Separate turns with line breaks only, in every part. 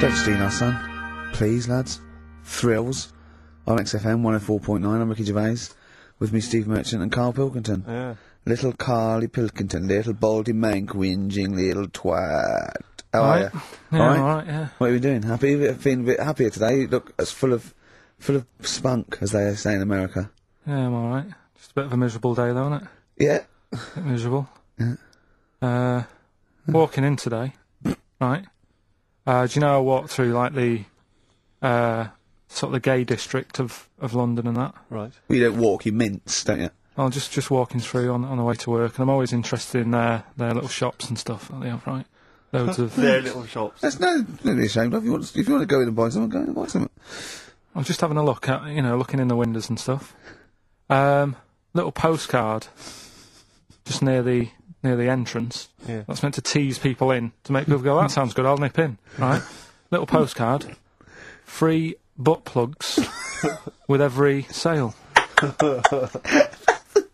Devastating our son. Please, lads. Thrills. On XFM 104.9, I'm Ricky Gervais. With me, Steve Merchant and Carl Pilkington.
Yeah.
Little Carly Pilkington, little baldy mank, whinging little twat. How are
Right.
you?
Yeah,
All right?
alright, yeah.
What are we doing? Happy? Feeling a bit happier today? You Look, it's full of, full of spunk, as they say in America.
Yeah, I'm alright. Just a bit of a miserable day though, isn't it?
Yeah.
A bit miserable. Uh, walking in today, right? Uh, do you know I walked through like the, uh, sort of the gay district of, of London and that?
Right.
You don't walk, you mince, don't you?
I was just, just walking through on, on the way to work and I'm always interested in their, their little shops and stuff that they have, right? Loads of...
They're little shops.
That's no, don't be ashamed of. If you, want, if you want to go in and buy something, go in and buy something.
I'm just having a look at, you know, looking in the windows and stuff. Um, little postcard just near the near the entrance.
Yeah.
That's meant to tease people in to make people go, "That sounds good. I'll nip in." Right? little postcard. Free butt plugs with every sale.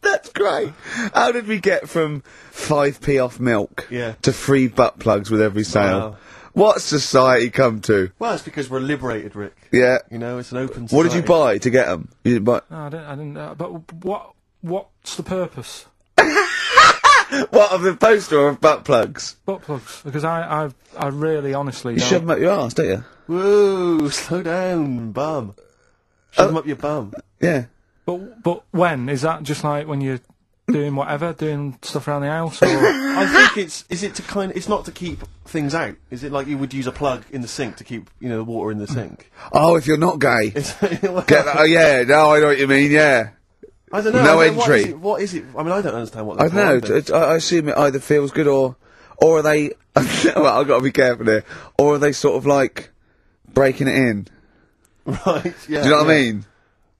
That's great. How did we get from 5p off milk
Yeah.
to free butt plugs with every sale?
Wow.
What society come to?
Well, it's because we're liberated, Rick.
Yeah.
You know, it's an open.
What did you
society.
buy to get them? You didn't buy.
No, I didn't. I didn't. Uh, but what? What's the purpose?
What, of the poster or of butt plugs?
Butt plugs? Because I, I, I really, honestly,
You
don't-
shove them up your arse, don't you?
Whoa! Slow down, bum.
Uh,
Shove 'em up your bum.
Yeah.
But but when is that? Just like when you're doing whatever, doing stuff around the house, or
I think it's is it to kind. It's not to keep things out. Is it like you would use a plug in the sink to keep you know the water in the sink?
Oh, if you're not gay.
It's, well,
Get that, oh, yeah, no, I know what you mean, yeah.
I don't know.
no
I don't- What is,
entry.
it, what is it? I mean, I don't understand what.
I don't know. t- t- I I assume it either feels good or, or are they? well, I've got to be careful here. Or are they sort of like breaking it in?
right. Yeah.
Do you know what
yeah.
I mean?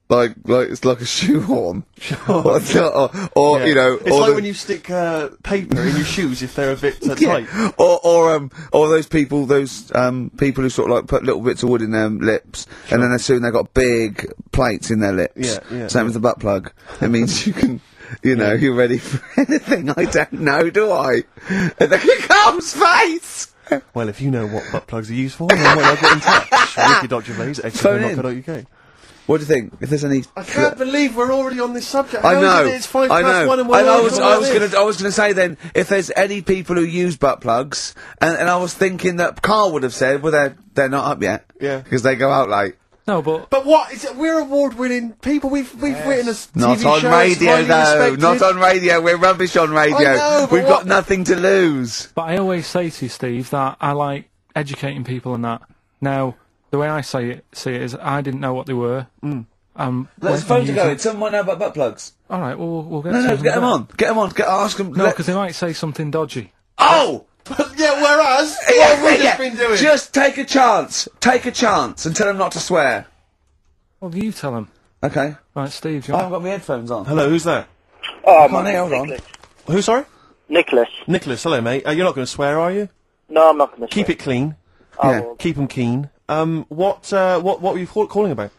Like, like it's like a shoehorn, or, it's not- or, or,
Yeah.
you know,
it's
or
like
the-
when you stick uh, paper in your shoes if they're a bit uh,
yeah.
tight.
or or um, or those people, those um, people who sort of like put little bits of wood in their lips, and then assume they've got big plates in their lips.
Yeah, yeah,
Same as the butt plug. It means you can. You know, you're ready for anything. I don't know, do I? And then here comes face!
Well, if you know what butt plugs are used for, then why not get in touch? Ricky Dr. Blaze,
Phone in.
xfm.co.uk.
What do you think? If there's any.
I can't believe we're already on this subject.
I
How
know.
is it It's five
I
past
know.
one and we're
and I
already
was,
on
I was
this?
gonna, I was gonna say then, if there's any people who use butt plugs, and, and I was thinking that Carl would have said, well, they're they're not up yet.
Yeah.
Because they go out late.
no? But
But what is it? We're award-winning people. We've we've written a s- TV
Not on
show. it's
radio
highly
though.
respected.
Not on radio. We're rubbish on radio.
know, but
We've got
what-
nothing to lose.
But I always say to you, Steve, that I like educating people and that. Now, the way I say it, see it is, I didn't know what they were. Mm. Um, when- when you-
Someone might know about butt plugs.
All right, well, we'll, we'll get.
No,
to
no,
them
get them
later.
on. Get them on. Get ask them.
No, because they might say something dodgy.
oh.
yeah. Whereas what
Yeah,
have we just
yeah.
been doing?
Just take a chance. Take a chance and tell them not to swear.
Well, you tell them,
Okay.
right, Steve? Do you
I
want-
haven't got my headphones on.
hello, who's there?
Oh,
Come on,
my
here, hold
name's
on.
Nicholas.
Who? Sorry,
Nicholas.
Nicholas. Hello, mate. Uh, you're not going to swear, are you?
No, I'm not going to
Keep it clean.
yeah.
Keep 'em keen. Um, what uh, what what were you call- calling about?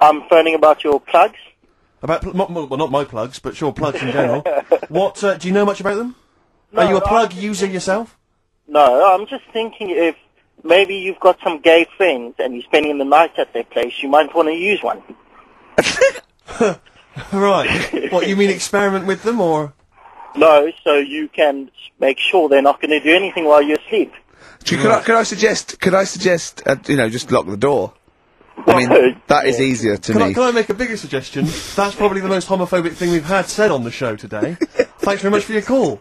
I'm phoning about your plugs.
About pl- not, well, not my plugs, but sure plugs in general. what uh, do you know much about them? Are you a
no,
plug
I'm-
user yourself?
No, I'm just thinking if maybe you've got some gay friends and you're spending the night at their place, you might want to use one.
Right. what you mean experiment with them or?
No, so you can make sure they're not going to do anything while you're asleep.
Do you, could, I, could I suggest? Could I suggest? Uh, you know, just lock the door. I mean,
Well,
that is
yeah.
easier to
Can
me.
I, can I make a bigger suggestion? That's probably the most homophobic thing we've had said on the show today. Thanks very much for your call.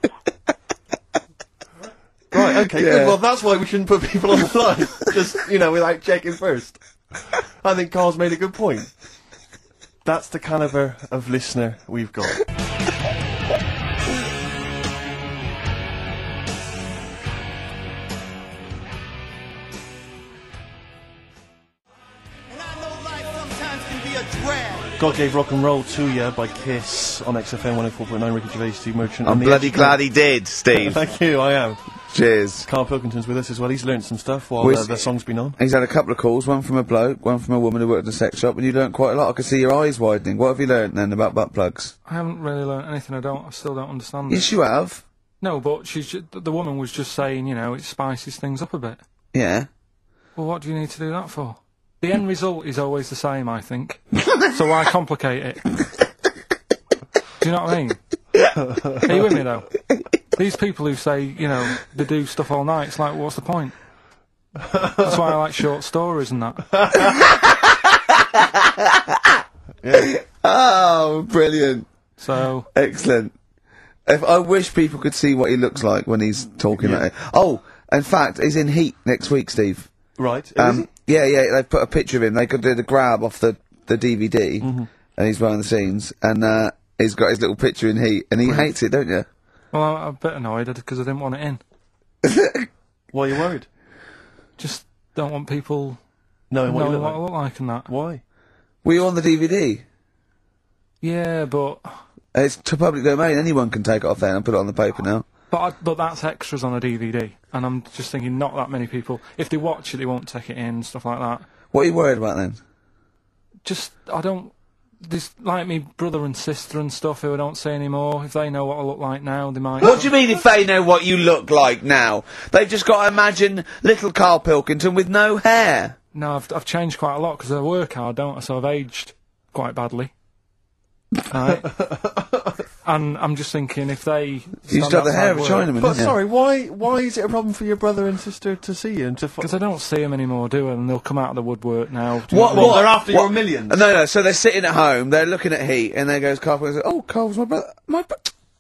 Right, okay,
Yeah.
good. Well, that's why we shouldn't put people on the line. Just, you know, without checking first. I think Carl's made a good point. That's the calibre of listener we've got.
And I know life sometimes can be a drag.
God gave rock and roll to you by Kiss on XFM 104.9, Ricky Gervais, Steve Merchant.
I'm
and the
bloody
Edge-
glad he did, Steve.
Thank you, I am.
Cheers.
Carl Pilkington's with us as well. He's learned some stuff while
Where's-
uh, the song's been on.
He's had a couple of calls, one from a bloke, one from a woman who worked in a sex shop, and you learnt quite a lot. I could see your eyes widening. What have you learnt then about butt plugs?
I haven't really learnt anything. I don't. I still don't understand. it.
Yes, you have.
No, but she's ju- the woman was just saying, you know, it spices things up a bit.
Yeah.
Well, what do you need to do that for? The end result is always the same, I think. so why complicate it? do you know what I mean? Are you with me though? These people who say, you know, they do stuff all night, it's like, what's the point? That's why I like short stories and that.
Oh, brilliant.
So,
Excellent. If I wish people could see what he looks like when he's talking like it. Oh, in fact, he's in Heat next week, Steve.
Right. is
Um,
it?
yeah, yeah, they've put a picture of him. They could do the grab off the, the DVD, and he's behind the scenes, and uh, he's got his little picture in Heat, and he hates it, don't you?
well, I'm a bit annoyed because I didn't want it in.
Why are you worried?
Just don't want people
No, what
knowing
you look
what I
like.
look like and that.
Why?
Were you on the DVD?
Yeah, but
It's to public domain. Anyone can take it off there and put it on the paper now.
but I, but that's extras on a DVD, and I'm just thinking not that many people. If they watch it, they won't take it in and stuff like that.
What are you worried about then?
Just I don't. There's like me brother and sister and stuff who I don't see anymore. If they know what I look like now, they might.
What do you mean if they know what you look like now? They've just got to imagine little Carl Pilkington with no hair.
No, I've I've changed quite a lot because I work hard, don't I? So I've aged quite badly. Right. and I'm just thinking if they
You used to have the hair of a Chinaman,
But
didn't you?
sorry, why? Why is it a problem for your brother and sister to see you and to? F-
because I don't see them anymore, do I? And they'll come out of the woodwork now. Do you know
What,
I mean?
what-
they're after
what-
your millions.
No, no. So they're sitting at home, they're looking at Heat, and there goes Carl. Pilkington, Oh, Carl's my brother. My br-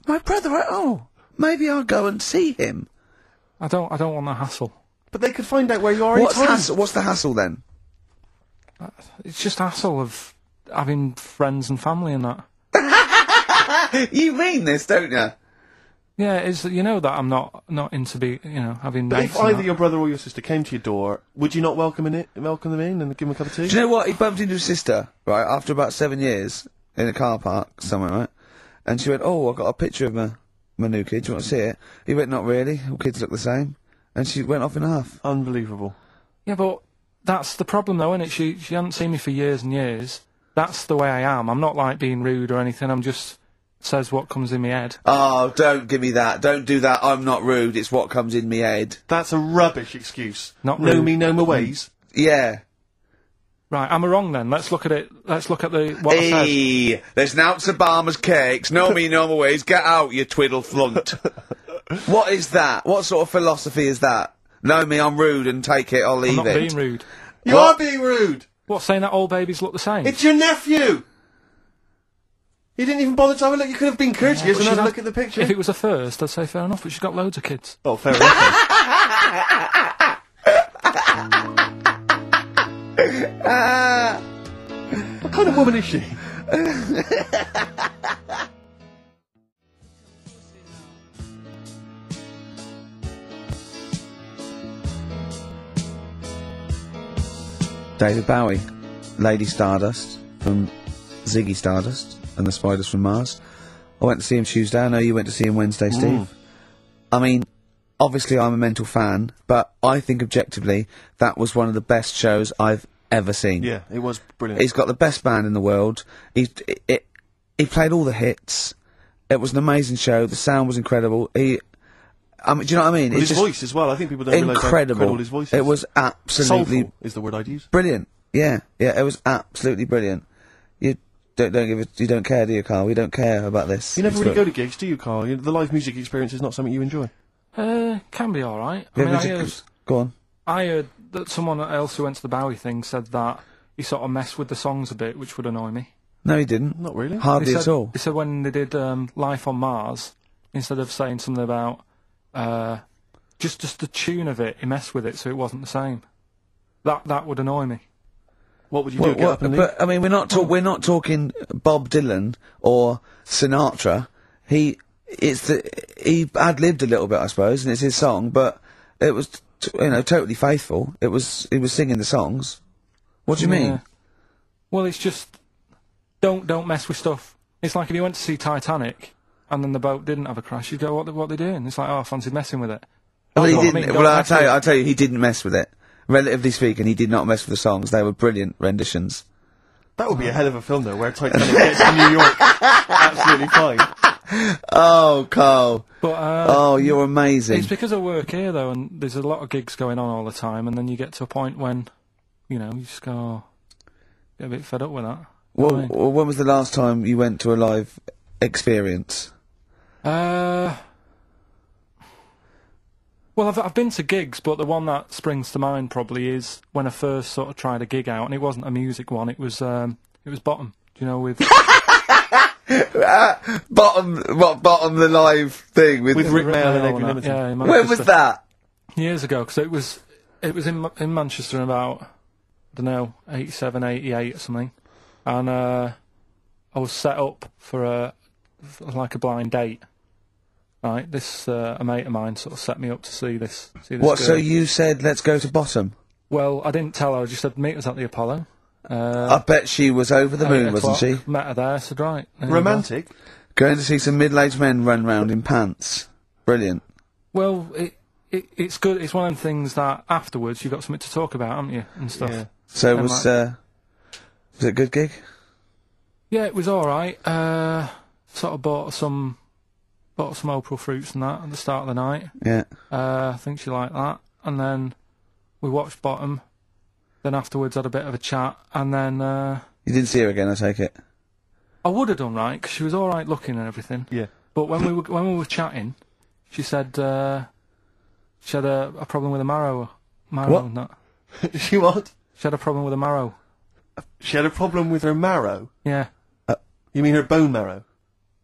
my brother. I- Oh, maybe I'll go and see him.
I don't. I don't want the hassle.
but they could find out where you are.
What's
anytime.
hassle? What's the hassle then?
It's just hassle of having friends and family and that.
You mean this, don't you?
Yeah, it is you know that I'm not not into be you know having
But
mates.
if
and
either
that.
your brother or your sister came to your door, would you not welcome in it, welcome them in, and give them a cup of tea?
Do you know what? He bumped into his sister, right, after about seven years in a car park somewhere, right? And she went, Oh, I've got a picture of my, my new kid. Do you want to see it? He went, Not really. All kids look the same. And she went off in a huff.
Unbelievable.
Yeah, but that's the problem though, isn't it? She she hadn't seen me for years and years. That's the way I am. I'm not like being rude or anything. I'm just says what comes in my head.
Oh, don't give me that. Don't do that. I'm not rude. It's what comes in me head.
That's a rubbish excuse.
Not
know
rude.
me, know my ways.
Yeah.
Right, am I wrong then? Let's look at it. Let's look at the what I said.
Hey, there's Nouts Obama's cakes. No me, no my ways. Get out, you twiddle flunt. what is that? What sort of philosophy is that? Know me, I'm rude and take it or
I'm
leave
not
it.
being rude.
You
What?
are being rude.
What saying that all babies look the same?
It's your nephew. You didn't even bother to have a look. You could have been courteous and
She's
had a
had-
look at the picture.
If it was a first, I'd say fair enough. But she's got loads of kids.
Oh, fair enough. then. what kind of woman is she?
David Bowie, Lady Stardust from Ziggy Stardust and the Spiders from Mars. I went to see him Tuesday. I know you went to see him Wednesday,
Mm.
Steve. I mean, obviously I'm a mental fan, but I think objectively that was one of the best shows I've ever seen.
Yeah, it was brilliant.
He's got the best band in the world. He's it, it, he played all the hits. It was an amazing show. The sound was incredible. He, I mean, do you know what I mean?
But
it's
his
just
voice as well. I think people don't realise how
incredible.
incredible his voice is.
It was absolutely
soulful is the word I'd use.
brilliant. Yeah, yeah, it was absolutely brilliant. You don't don't give a, you don't care, do you, Carl? We don't care about this.
You never really go to gigs, do you, Carl? You- The live music experience is not something you enjoy.
Uh, can be all right. I
Yeah,
mean, I
but it-
hear-
go on.
I heard that someone else who went to the Bowie thing said that he sort of messed with the songs a bit, which would annoy me.
No, he didn't.
Not really.
He
Hardly
said,
at all.
He said when they did um, Life on Mars, instead of saying something about uh, just just the tune of it, he messed with it, so it wasn't the same. That that would annoy me.
What would you do?
Well,
get
well,
up and leave?
but I mean, we're not talk- we're not talking Bob Dylan or Sinatra. He it's the he ad libbed a little bit, I suppose, and it's his song, but it was t- you know totally faithful. It was he was singing the songs. What do you
Yeah.
mean?
Well, it's just don't don't mess with stuff. It's like if you went to see Titanic and then the boat didn't have a crash, you'd go, what what are they doing? It's like oh, I fancied messing with it.
Well, he
Don't
didn't.
mean, don't
well, I'll
mess
tell you,
with it.
I'll tell you, he didn't mess with it. Relatively speaking, he did not mess with the songs. They were brilliant renditions.
That would be a hell of a film, though, where Titanic gets to New York. Absolutely fine.
Oh, Carl.
But uh,
Oh, you're amazing.
It's because I work here though, and there's a lot of gigs going on all the time, and then you get to a point when, you know, you just go "Oh, get a bit fed up with that.
Well,
Right.
well, when was the last time you went to a live experience?
Uh, well, I've I've been to gigs, but the one that springs to mind probably is when I first sort of tried a gig out, and it wasn't a music one. It was um, it was Bottom. You know, with
Bottom, what bottom the live thing with,
With Rick Mail and
Mail and
Adrian
that,
Limited.
yeah, in
When was
Manchester.
that?
years ago because it was it was in Ma- in Manchester in about I don't know 87, 88 or something, and uh, I was set up for a for like a blind date. Right, this uh, a mate of mine sort of set me up to see this. See this
What? So
girl.
you said let's go to bottom.
Well, I didn't tell her. I just said meet us at the Apollo. Uh,
I bet she was over the moon,
eight
wasn't she?
o'clock. Met her there. I said right. there you
Romantic.
Going to see some middle-aged men run round in pants. Brilliant.
go. Well, it, it it's good. It's one of them things that afterwards you've got something to talk about, haven't you? And stuff.
Yeah.
So it
I
was
might-
uh, was it a good gig?
Yeah, it was all right. Uh, sort of bought some bought some April fruits and that at the start of the night.
Yeah.
Uh, I think she liked that, and then we watched Bottom. Then afterwards, had a bit of a chat, and then uh,
You didn't see her again, I take it.
I would have done right 'cause she was all right looking and everything.
Yeah.
But when we were when we were chatting, she said uh, she had a, a problem with a marrow marrow.
What?
and that.
she what?
She had a problem with a marrow.
She had a problem with her marrow.
Yeah,
You mean her bone marrow?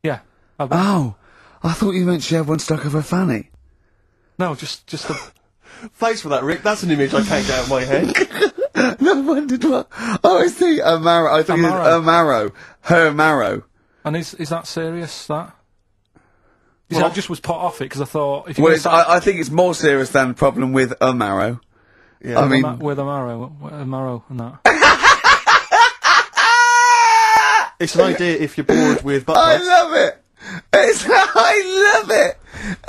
yeah. I've-
Oh, I thought you meant she had one stuck of her fanny.
no, just just a,
Thanks for that, Rick. That's an image I can't get out of my head.
No one did what? Oh, I see. A marrow. I think it's
Amaro.
a marrow. Her marrow.
And is is that serious? That. You see, I just was put off it because I thought if you
Well,
were
it's, I, I think it's more serious than the problem with a marrow.
Yeah.
I mean,
with a marrow, with a marrow and that.
It's an idea if you're bored with butt
I
plugs.
love it. It's, I love it.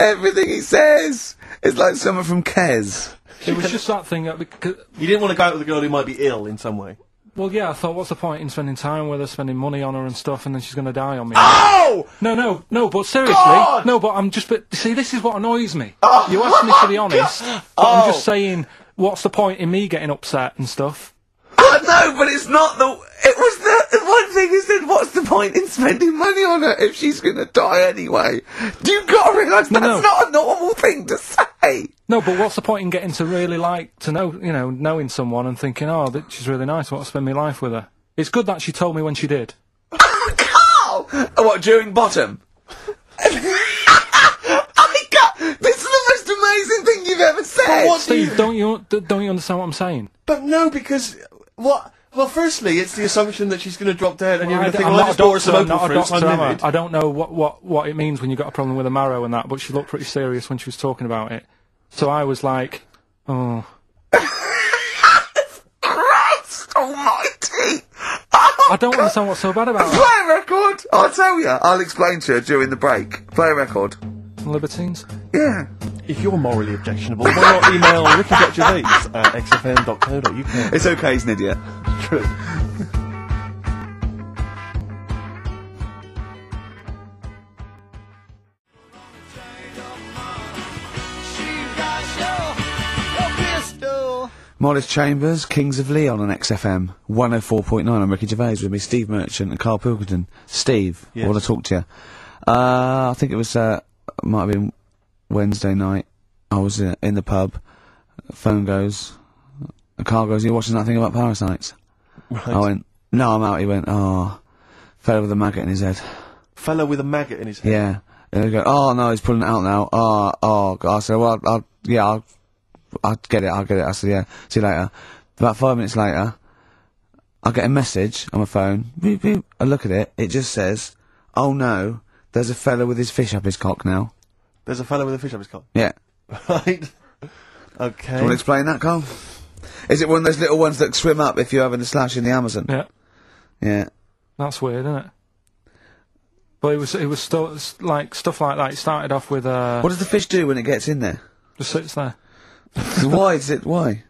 Everything he says is like someone from Kes.
it was just that thing. That, because,
You didn't want to go out with a girl who might be ill in some way.
well, yeah, I thought, what's the point in spending time with her, spending money on her and stuff, and then she's going to die on me?
Oh!
no, no, no. But seriously,
God!
no. But I'm just. But see, this is what annoys me.
Oh,
you asked me to be honest, but I'm just saying, what's the point in me getting upset and stuff?
Oh no, but it's not the. It was the the one thing he said. What's the point in spending money on her if she's going to die anyway? Do you got to realise that's
no.
not a normal thing to say?
No, but what's the point in getting to really like to know, you know, knowing someone and thinking, oh, that she's really nice. I want to spend my life with her. It's good that she told me when she did.
Carl! Oh, what, during bottom? I got. This is the most amazing thing you've ever said.
What do
Steve,
you...
don't you d- don't you understand what I'm saying?
But no, because... What... Well, firstly, it's the assumption that she's going to drop dead and you're going
I d-
to think,
I'm
well, I
not a
just bought
doctor.
her some
I'm
open
not a
fruits, I'm
doctor. am I?
livid.
I don't know what, what, what it means when you got a problem with a marrow and that, but she looked pretty serious when she was talking about it. So I was like, oh,
Christ Almighty! Oh,
I don't
God.
understand what's so bad about
Play
it.
a record. I'll tell you. I'll explain to her during the break. Play a record.
Libertines.
Yeah.
If you're morally objectionable, why not email ricky.gervais at xfm.co.uk?
It's okay, he's an idiot.
true.
Morris Chambers, Kings of Leon on XFM 104.9. I'm Ricky Gervais with me, Steve Merchant and Carl Pilkington. Steve,
Yes.
I want to talk to you. Uh, I think it was, uh, might have been Wednesday night. I was uh, in the pub. Phone goes. Carl goes, You're watching that thing about parasites? I went, No, I'm out. He went, Oh, fell with a maggot in his head.
Fellow with a maggot in his head.
Yeah. And they go, oh no, he's pulling it out now. Oh, oh. God." I said, well, I'll, I'll yeah, I'll, I'll get it, I'll get it. I said, yeah, see you later. About five minutes later, I get a message on my phone. Beep, beep. I look at it, it just says, oh no, there's a fella with his fish up his cock now.
There's a fellow with a fish up his collar.
Yeah.
Right? Okay.
You want to explain that, Carl? Is it one of those little ones that swim up if you're having a slash in the Amazon?
Yeah,
Yeah.
that's weird, isn't it? But it was it was still it's like stuff like that. It started off with uh,
What does the fish do when it gets in there?
just sits there.
why is it, why?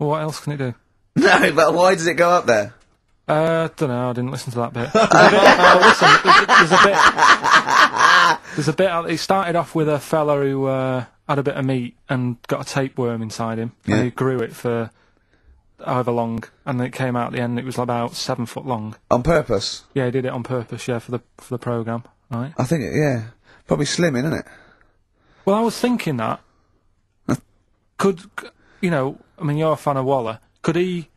Well, what else can it do?
No, but why does it go up there?
Uh, don't know. I didn't listen to that bit. There's a bit- oh, listen, there's, there's a bit. There's a bit. out- It started off with a fella who uh, had a bit of meat and got a tapeworm inside him,
Yeah.
and he grew it for however long, and it came out at the end. It was about seven foot long.
On purpose.
Yeah, he did it on purpose. Yeah, for the for the program. Right.
I think, it- yeah. Probably slimming, isn't it?
Well, I was thinking that. could c- you know? I mean, you're a fan of Waller. Could he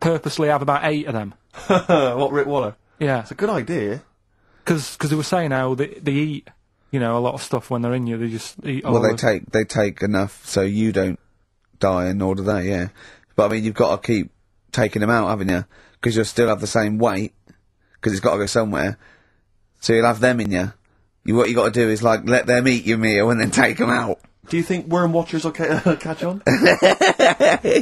purposely have about eight of them?
Uh, what Rick Waller?
Yeah.
It's a good idea.
because they were saying how they, they eat, you know, a lot of stuff when they're in you. They just eat all
Well, they
of-
take they take enough so you don't die, and nor do they. Yeah, but I mean, you've got to keep taking them out, haven't you? Because you'll still have the same weight, because it's got to go somewhere. So you'll have them in you. You what you got to do is like let them eat your meal and then take them out.
Do you think worm watchers will ca- catch on?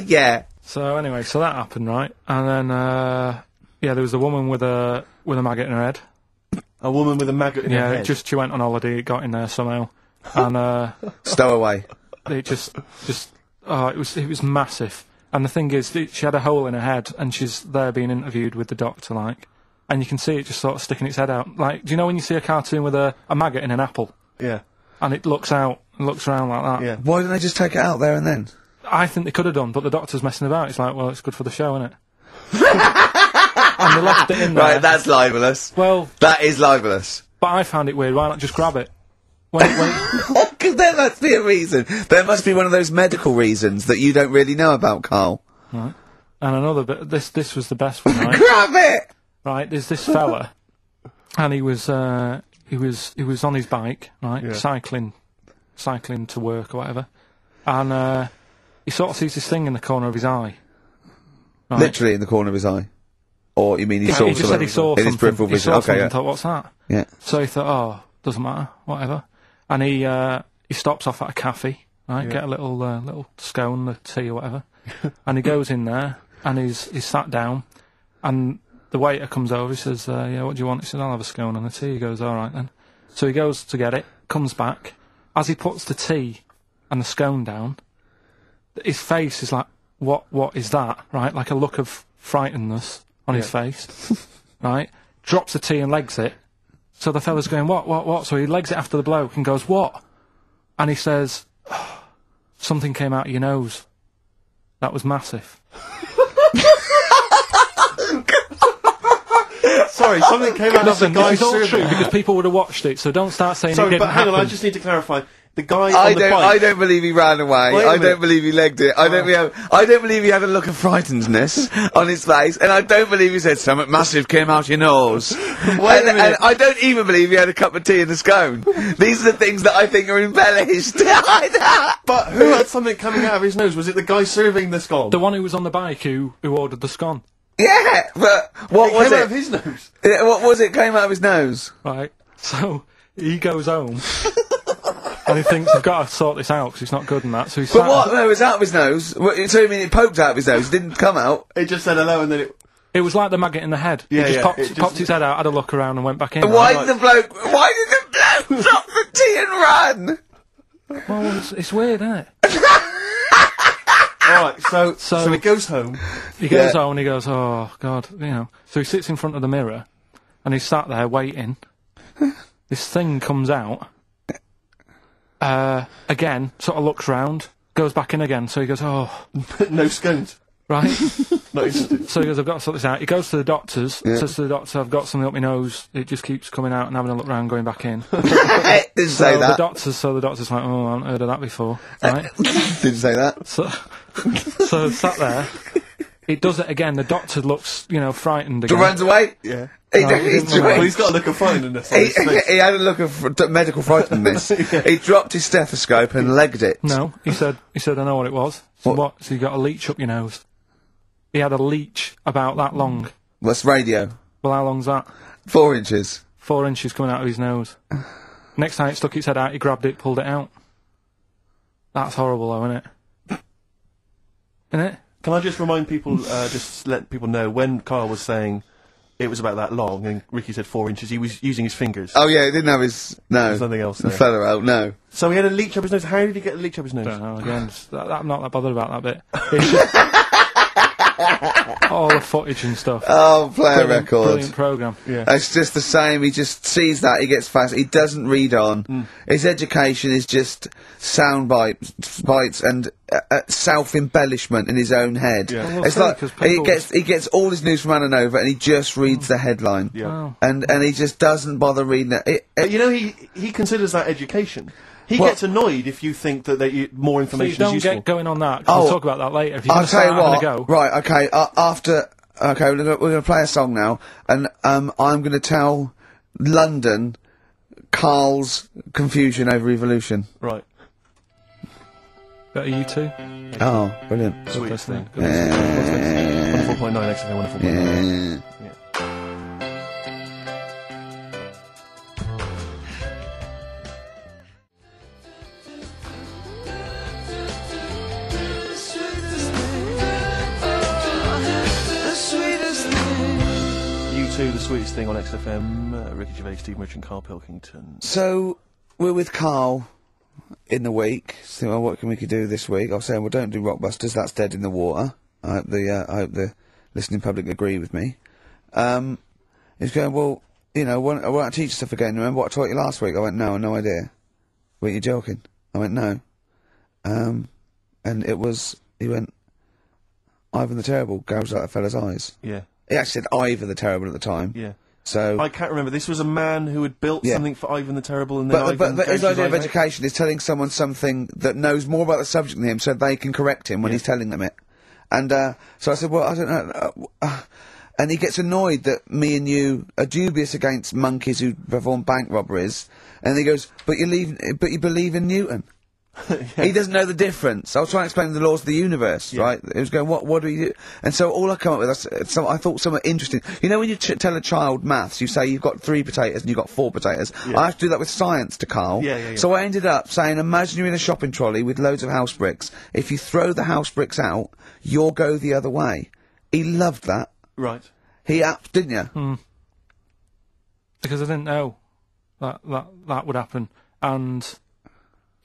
yeah,
So anyway, so that happened, right? And then uh, yeah, there was a woman with a with a maggot in her head.
a woman with a maggot in
Yeah,
her
it
head.
just she went on holiday, it got in there somehow, and uh,
stowaway.
it just just oh, it was it was massive. And the thing is, that she had a hole in her head, and she's there being interviewed with the doctor, like, and you can see it just sort of sticking its head out. Like, do you know when you see a cartoon with a, a maggot in an apple,
yeah,
and it looks out, and looks around like that?
yeah.
Why don't they just take it out there and then?
I think they could have done, but the doctor's messing about. It's like, well, it's good for the show, isn't it? and they left it in there.
Right, that's libelous.
well,
That is libelous.
but I found it weird. Why not just grab it? When, when,
Because there must be a reason. There must be one of those medical reasons that you don't really know about, Carl.
and another bit. This this was the best one, right?
Grab it.
right? There's this fella, and he was uh, he was he was on his bike, right, cycling, cycling to work or whatever, and uh, he sort of sees this thing in the corner of his eye. Right?
Literally in the corner of his eye. Or you mean he
He
saw
just said
something
he saw
in his peripheral
something. He
vision?
saw something
Okay,
and thought, what's that?
yeah.
So he thought, oh, doesn't matter, whatever. And he uh, he stops off at a cafe, right? Get a little uh, little scone, a tea or whatever. and he goes in there and he's he's sat down, and the waiter comes over. He says, uh, yeah, what do you want? He says, I'll have a scone and a tea. He goes, all right then. So he goes to get it, comes back. As he puts the tea and the scone down, his face is like, what what is that? Right, like a look of frightenedness on his face. right, drops the tea and legs it. So the fella's going, what, what, what? So he legs it after the bloke and goes, what? And he says, something came out of your nose. That was massive.
Sorry, something came out
Listen,
of the
this
guy's
is all true
survey.
because people would have watched it, so don't start saying it
Sorry,
didn't
but hang
happen.
on, I just need to clarify. The guy
I
on the
don't.
bike.
I don't believe he ran away.
Wait a
I
minute. Oh.
don't believe he legged it. I don't. Believe, I don't believe he had a look of frightenedness on his face, and I don't believe he said something massive came out your nose. and,
Wait a
and
minute.
I don't even believe he had a cup of tea and a scone. These are the things that I think are embellished. I don't-
But who had something coming out of his nose? Was it the guy serving the scone?
The one who was on the bike who, who ordered the scone,
yeah, but what
it
was
came out
it?
of his nose.
Yeah, what was it? Came out of his nose.
right? So he goes home and he thinks, I've got to sort this out because it's not good and that. So he
But
sat-
what? No, it was out of his nose. What- So you mean it poked out of his nose? It didn't come out.
It just said hello and then it.
It was like the maggot in the head.
Yeah,
he just
yeah,
Popped,
it just-
popped his head out, had a look around and went back in.
Why
Right.
did the bloke? Why did the bloke drop the tea and run?
Well, it's, it's weird, isn't it?
Alright, so,
So-
so. he goes home.
He goes
Yeah.
home and he goes, oh god, you know. So he sits in front of the mirror, and he's sat there waiting. this thing comes out. Uh, again, sort of looks round, goes back in again. So he goes, oh,
no scones.
right.
Not interested.
so he goes, I've got to sort this out. He goes to the doctor's, says to the doctor, I've got something up my nose. It just keeps coming out and having a look round, going back in. so
Didn't say
the
that. Uh,
doctor's, so the doctor's like, oh, I haven't heard of that before, right?
Didn't say that.
So, so sat there. It does it again. The doctor looks, you know, frightened
He
again.
runs away.
Yeah.
He,
No, he
he,
didn't run
Well,
away.
he,
he's got a look of frightenedness on
he,
his face.
he had a look of fr- d- medical frightenedness. He dropped his stethoscope and legged it.
No, he said. He said, I know what it was. So
What?
what? So you got a leech up your nose. He had a leech about that long.
What's radio?
Well, how long's that?
Four inches.
Four inches coming out of his nose. Next time it stuck its head out, he grabbed it, pulled it out. That's horrible, though, isn't it? Isn't it?
Can I just remind people, uh, just let people know, when Carl was saying it was about that long and Ricky said four inches, he was using his fingers.
Oh yeah, he didn't have his no.
There's nothing else
The
there.
feather out. No.
So he had a leech up his nose.
Uh,
How did he get a leech up his nose?
Don't know. Again, it's- that- that- I'm not that bothered about that bit. It's just- all the footage and stuff.
Oh, player
Brilliant-
record.
Brilliant program.
Yeah.
It's just the same. He just sees that. He gets fast. He doesn't read on.
Hmm.
His education is just sound bites, bites and uh, uh, self embellishment in his own head.
Yeah.
Well,
it's
well,
like
because
he
people-
gets he gets all his news from Ananova, and he just reads the headline.
Hmm. Yeah.
Wow.
And and he just doesn't bother reading it. it,
But
it
you know, he he considers that education. He
Well-
gets annoyed if you think that they, you-
So
more
you
information
don't
is useful.
get going on that. 'cause
Oh.
We'll talk about that later. If you're
I'll
gonna start
tell you what.
having a go,
Right. Okay. Uh, after. Okay. We're gonna, we're gonna play a song now, and um, I'm gonna tell London Carl's confusion over evolution.
right.
Better you two.
Oh, brilliant.
Sweet.
listening.
Good listening. Wonderful point nine XFM. Wonderful point nine.
Yeah.
You two, the sweetest thing on XFM. Uh, Ricky Gervais, Steve Merchant, Carl Pilkington.
So we're with Carl in the week. So well, what can we could do this week? I was saying, well, don't do Rockbusters. That's dead in the water. I hope the uh, I hope the listening public agree with me. Um, he's going, well, you know, why don't, why don't I teach you stuff again? Remember what I taught you last week? I went, no, no idea. Were you joking? I went, no. Um, and it was he went, Ivan the Terrible gouged out a fella's eyes.
Yeah,
He actually said Ivan the Terrible at the time.
yeah.
So
I can't remember. This was a man who had built
Yeah.
something for Ivan the Terrible, and then
But, but,
Ivan
but his
gouged
idea of
eye out.
education is telling someone something that knows more about the subject than him so they can correct him when he's telling them it. And uh, so I said, well, I don't know. Uh, w- uh, and he gets annoyed that me and you are dubious against monkeys who perform bank robberies. And he goes, but you, leave, but you believe in Newton. He doesn't know the difference. I was trying to explain the laws of the universe, right? It was going, what, what do you do? And so all I come up with, I, s- it's some, I thought something interesting. You know when you ch- tell a child maths, you say you've got three potatoes and you've got four potatoes. I have to do that with science to Carl.
Yeah, yeah, yeah.
So I ended up saying, imagine you're in a shopping trolley with loads of house bricks. If you throw the house bricks out, you'll go the other way. He loved that.
Right.
He up, didn't you?
Hmm.
because I didn't know that that that would happen, and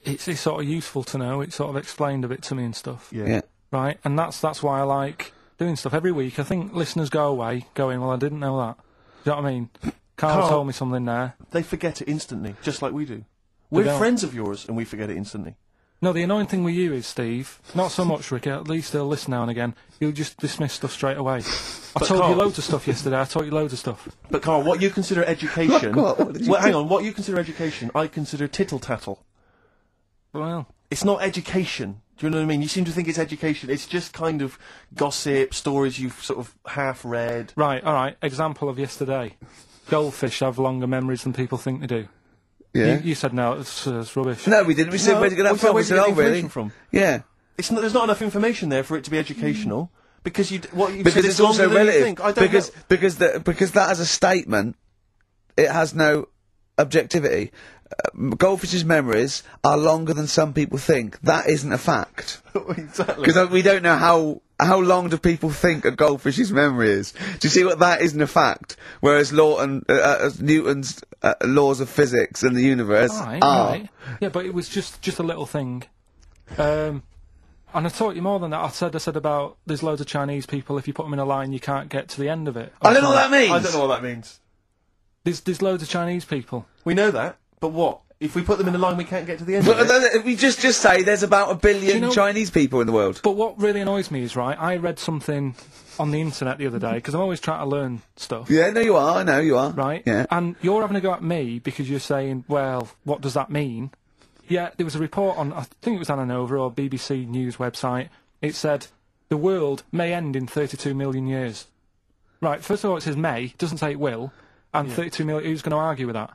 it's, it's sort of useful to know. It sort of explained a bit to me and stuff,
Yeah.
Yeah.
right? And that's that's why I like doing stuff every week. I think listeners go away going, "Well, I didn't know that." Do you know what I mean? Carl,
Carl-
told me something there.
They forget it instantly, just like we do. We're
don't.
friends of yours, and we forget it instantly.
No, the annoying thing with you is Steve. Not so much Ricky. At least he'll listen now and again. You'll just dismiss stuff straight away. I told
Carl-
you loads of stuff yesterday. I told you loads of stuff.
But Carl, what you consider education?
Look, what- what did you
well, hang
do?
on. What you consider education, I consider tittle tattle.
Well,
It's not education. Do you know what I mean? You seem to think it's education. It's just kind of gossip, stories you've sort of half read.
right, all right. Example of yesterday. Goldfish have longer memories than people think they do.
Yeah.
You, you said no, it's, uh, it's rubbish.
no, we didn't. We said,
No,
where'd you get that
we said,
from? We
where'd you
said,
get
oh,
the information
really?
from?
Yeah.
It's not, there's not enough information there for it to be educational because you d- what you
Mm. because
said
it's
is
also
longer than you
relative.
think. I don't
because
know.
because the, because that as a statement, it has no objectivity. Uh, goldfish's memories are longer than some people think. That isn't a fact
exactly.
because we don't know how. How long do people think a goldfish's memory is? Do you see what that isn't a fact? Whereas Lawton, uh, uh, Newton's uh, laws of physics and the universe
All right,
are.
all right. Yeah, but it was just just a little thing. Um, and I taught you more than that. I said I said about there's loads of Chinese people. If you put them in a line, you can't get to the end of it.
I don't know what that means.
I don't know what that means.
There's there's loads of Chinese people.
We know that, but what if we put them in a line? We can't get to the end.
But
of it.
th- th- we just just say there's about a billion
know-
Chinese people in the world.
But what really annoys me is right. I read something on the internet the other day because I'm always trying to learn stuff.
Yeah, no, you are. I know you are.
Right?
Yeah.
And you're having a go at me because you're saying, well, what does that mean? Yeah, there was a report on, I think it was Ananova or BBC News website. It said, the world may end in 32 million years. Right, first of all, it says may, it doesn't say it will, and 32 million, who's going to argue with that?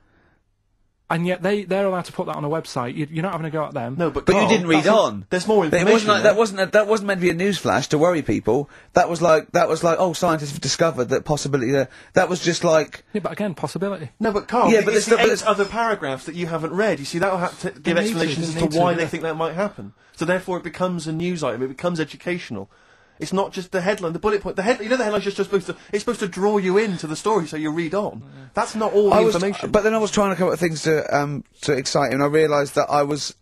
And yet they, they're allowed to put that on a website. You, you're not having a go at them.
no, but
But you
Carl,
didn't read
that's-
on.
There's more
But
information.
it wasn't like
there.
that wasn't a, that wasn't meant to be a newsflash to worry people. That was like that was like oh scientists have discovered that possibility. That, that was just like
Yeah, but again, possibility.
No, but Carl,
Yeah,
yeah,
but
but it's
there's no-
the
but
eight
there's-
other paragraphs that you haven't read. You see, that'll have to give
need
explanations
to, they
as
need
to
to,
why
yeah.
they think that might happen. So therefore, it becomes a news item. It becomes educational. It's not just the headline, the bullet point. The head, you know, the headline's just, just supposed to. It's supposed to draw you into the story so you read on. That's not all the
I was,
information.
but then I was trying to come up with things to um to excite him, and I realised that I was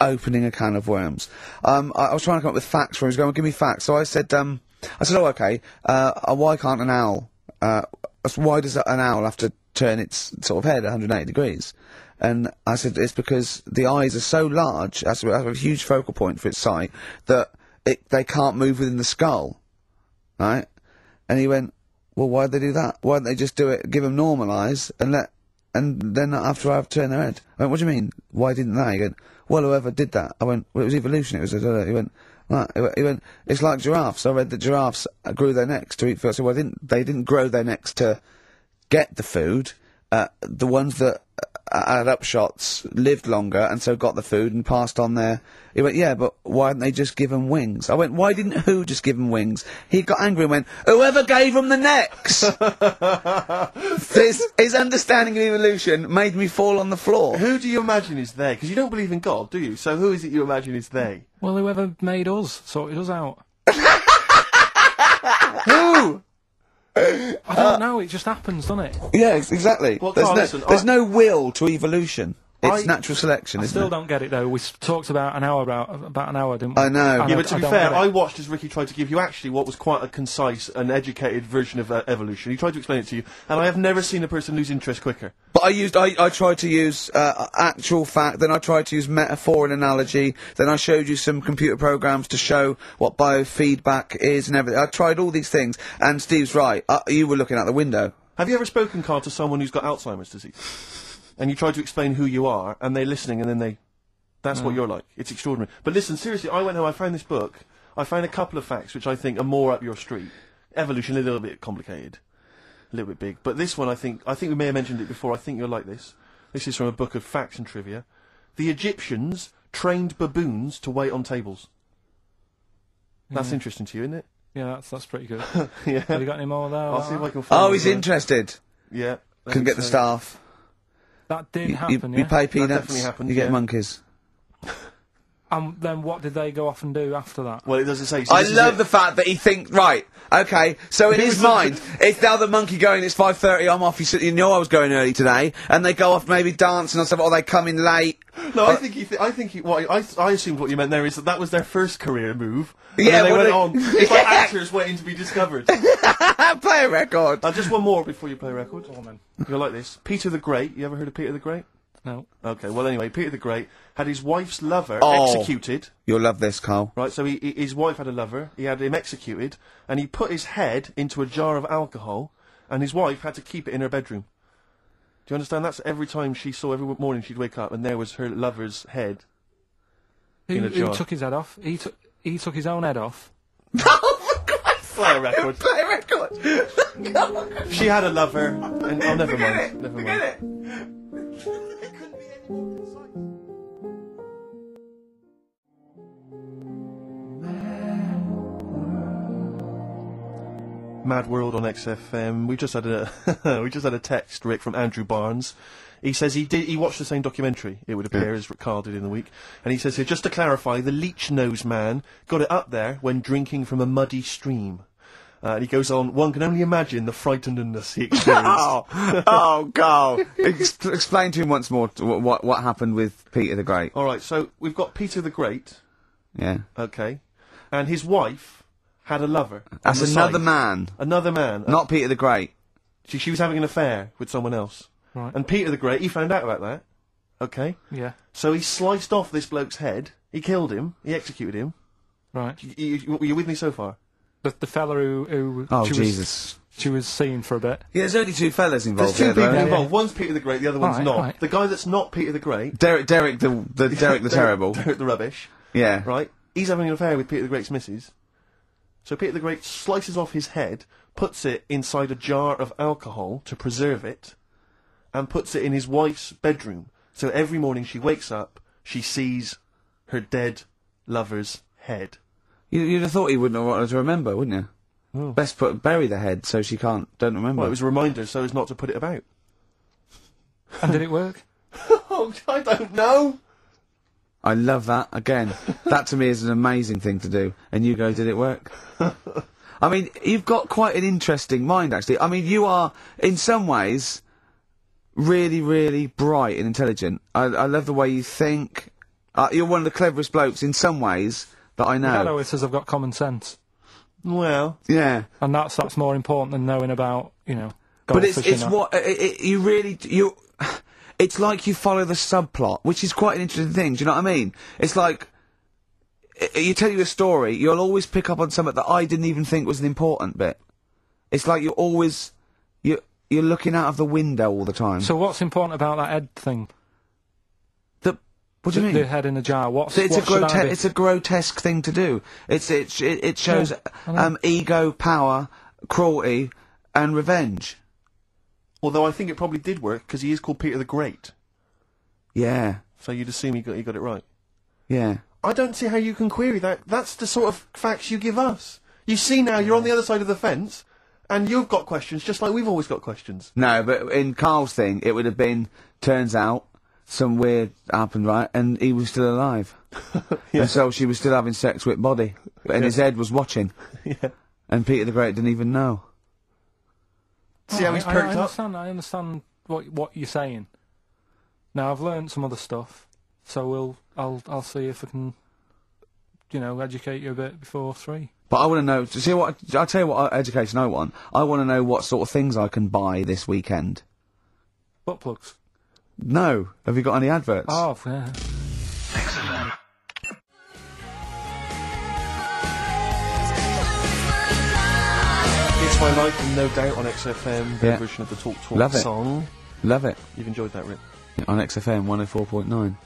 opening a can of worms. Um, I, I was trying to come up with facts for him. He was going, "Give me facts." So I said, um, I said, oh, okay, uh, uh, why can't an owl, uh, s- why does an owl have to turn its sort of head 180 degrees? And I said, it's because the eyes are so large, that's a, that's a huge focal point for its sight, that it, they can't move within the skull, right? And he went, well, why'd they do that? Why don't they just do it, give them normal eyes, and let, and then after I've turned their head? I went, what do you mean? Why didn't they? He went, well, whoever did that. I went, well, it was evolution. It was, uh, he went, right. He went- He went, it's like giraffes. I read that giraffes uh, grew their necks to eat food. I said, well, they didn't, they didn't grow their necks to get the food. Uh, the ones that uh, had upshots lived longer and so got the food and passed on their. He went, yeah, but why didn't they just give them wings? I went, why didn't who just give them wings? He got angry and went, whoever gave them the necks. this his understanding of evolution made me fall on the floor.
Who do you imagine is they? Because you don't believe in God, do you? So who is it you imagine is they?
Well, whoever made us sorted us out.
Who?
I don't know. It just happens, doesn't it?
Yeah, ex- exactly.
Well,
there's
Carl,
no,
listen,
there's
I-
no will to evolution. It's
I-
natural selection, isn't
Still
it?
don't get it though. We s- talked about an hour about about an hour, didn't we?
I know.
And
Yeah,
Yeah, but to
I
be
don't
fair,
get it.
I watched as Ricky tried to give you actually what was quite a concise and educated version of uh, evolution. He tried to explain it to you, and I have never seen a person lose interest quicker.
But I used, I, I tried to use uh, actual fact, then I tried to use metaphor and analogy, then I showed you some computer programs to show what biofeedback is and everything. I tried all these things, and Steve's right. Uh, you were looking out the window.
Have you ever spoken, Carl, to someone who's got Alzheimer's disease? And you try to explain who you are, and they're listening, and then they. That's
Hmm.
what you're like. It's extraordinary. But listen, seriously, I went home, I found this book, I found a couple of facts which I think are more up your street. Evolution, a little bit complicated, a little bit big. But this one, I think, I think we may have mentioned it before, I think you'll like this. This is from a book of facts and trivia. The Egyptians trained baboons to wait on tables. That's interesting to you, isn't it?
Yeah, that's that's pretty good. Have
yeah.
you got any more there?
I'll see if I can find
Oh, he's
one.
interested.
Yeah.
Couldn't get the
So-
staff.
That did
You, you-
happen.
you
yeah.
pay peanuts,
definitely happened,
you get
yeah.
monkeys.
And then what did they go off and do after that?
Well, it doesn't say. So
I
this is
love
it.
the fact that he thinks right. Okay, so in his mind, it's now the monkey going. It's five thirty. I'm off. You, said- you know I was going early today, and they go off maybe dancing or something, or they come in late.
No,
Uh,
I think he. Th- I think he. What I, I assumed what you meant there is that that was their first career move. and
Yeah,
then they
well,
went
they-
on. It's like
Yeah.
actors waiting to be discovered.
Play a record.
uh, just one more before you play record.
Woman.
You're like this. Peter the Great. You ever heard of Peter the Great?
No.
Okay. Well, anyway, Peter the Great had his wife's lover
Oh.
executed.
You'll love this, Carl.
Right. So he, he- his wife had a lover. He had him executed, and he put his head into a jar of alcohol, and his wife had to keep it in her bedroom. Do you understand? That's every time she saw every morning she'd wake up, and there was her lover's head
Who,
In a
who
jar.
took his head off? He took he took his own head off.
Play a record.
Play a record.
She had a lover, and oh, never mind. Never mind. Mad World on XFM. We just had a we just had a text, Rick, from Andrew Barnes. He says he did he watched the same documentary. It would appear as Carl did in the week, and he says here just to clarify, the leech nose man got it up there when drinking from a muddy stream. Uh, and he goes on, one can only imagine the frightenedness he experienced.
Oh, oh, Carl. Ex- explain to him once more t- wh- what what happened with Peter the Great.
All right, so we've got Peter the Great,
Yeah,
okay, and his wife had a lover. on
that's
the
another
side.
man,
Another man. Uh,
not Peter the Great.
she, she was having an affair with someone else.
Right.
And Peter the Great, he found out about that. Okay.
Yeah.
So he sliced off this bloke's head. He killed him. He executed him.
Right.
You, you, you with me so far?
The the fella who who
Oh
she
Jesus.
was she was seeing for a bit.
Yeah, there's only two fellas
There's
involved
two
here,
people
though.
yeah,
involved. One's Peter the Great. The other one's
Alright,
not.
alright.
The guy that's not Peter the Great.
Derek, Derek the, the Derek the Terrible.
Derek the rubbish.
Yeah.
Right. He's having an affair with Peter the Great's missus. So Peter the Great slices off his head, puts it inside a jar of alcohol to preserve it, and puts it in his wife's bedroom. So every morning she wakes up, she sees her dead lover's head.
You, you'd have thought he wouldn't have wanted to remember, wouldn't you? Best put bury the head so she can't don't remember.
Well, it was a reminder so as not to put it about.
And did it work?
Oh, I don't know.
I love that. Again, that to me is an amazing thing to do. And you go, did it work? I mean, you've got quite an interesting mind, actually. I mean, you are in some ways really, really bright and intelligent. I, I love the way you think. Uh, you're one of the cleverest blokes in some ways that I know.
Hello, it says I've got common sense.
Well,
Yeah.
and that's that's more important than knowing about you know.
But it's
goldfish
it's
and that.
what it, it, you really you. It's like you follow the subplot, which is quite an interesting thing. Do you know what I mean? It's like i- you tell you a story, you'll always pick up on something that I didn't even think was an important bit. It's like you're always you you're looking out of the window all the time.
So what's important about that head thing?
the, what do you mean?
The head in a jar. What's
So it's a
what should I
grotesque
be?
it's a grotesque thing to do. It's it sh- it, it shows
Yeah,
um, ego, power, cruelty, and revenge.
although I think it probably did work because he is called Peter the Great,
Yeah,
so you'd assume he got he got it right.
yeah.
I don't see how you can query that. That's the sort of facts you give us. You see now, you're on the other side of the fence, and you've got questions just like we've always got questions.
No, but in Carl's thing, it would have been. Turns out, some weird happened, right? And he was still alive, and so she was still having sex with body, and his head was watching,
Yeah.
and Peter the Great didn't even know.
See how he's
I, I
perked up.
understand. I understand what what you're saying. Now I've learned some other stuff, so we'll I'll I'll see if I can, you know, educate you a bit before three.
But I want to know. To see what I'll tell you what education I want. I want to know what sort of things I can buy this weekend.
Butt plugs.
No, have you got any adverts?
Oh, yeah.
It's my life, and no doubt on XFM, their
Yeah.
version of the Talk Talk
Love it.
song.
Love it.
You've enjoyed that, Rip.
on XFM 104.9.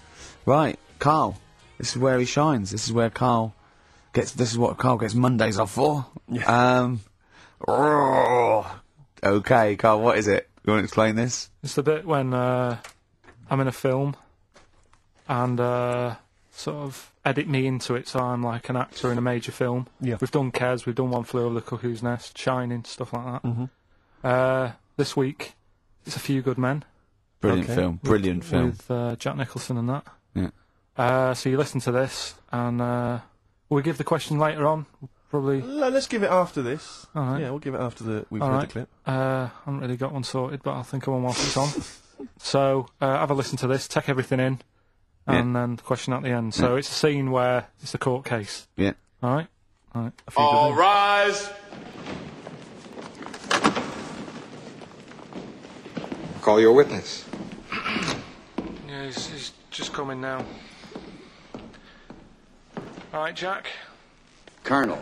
Right, Carl. This is where he shines. This is where Carl gets. This is what Carl gets Mondays off for. Um. roar. Okay, Carl. What is it? You want to explain this?
It's the bit when uh, I'm in a film and uh, sort of edit me into it, so I'm like an actor in a major film.
Yeah.
We've done Cares, we've done One Flew Over the Cuckoo's Nest, Shining, stuff like that. Mm-hmm. Uh, this week, it's A Few Good Men
Brilliant
Okay.
film. Brilliant film.
with uh, Jack Nicholson and that.
Yeah.
Uh, so you listen to this, and uh, we'll give the question later on. Probably,
L- Let's give it after this.
all right.
Yeah, we'll give it after the we've
All
heard
right.
the clip.
Uh, I haven't really got one sorted, but I'll think of one whilst it's on. so uh, have a listen to this, take everything in, and then the question at the end. So it's a scene where it's a court case.
Yeah.
All right, all right. I feel good
All
then.
rise.
Call your witness.
Yeah, he's, he's just coming now. All right, Jack.
Colonel.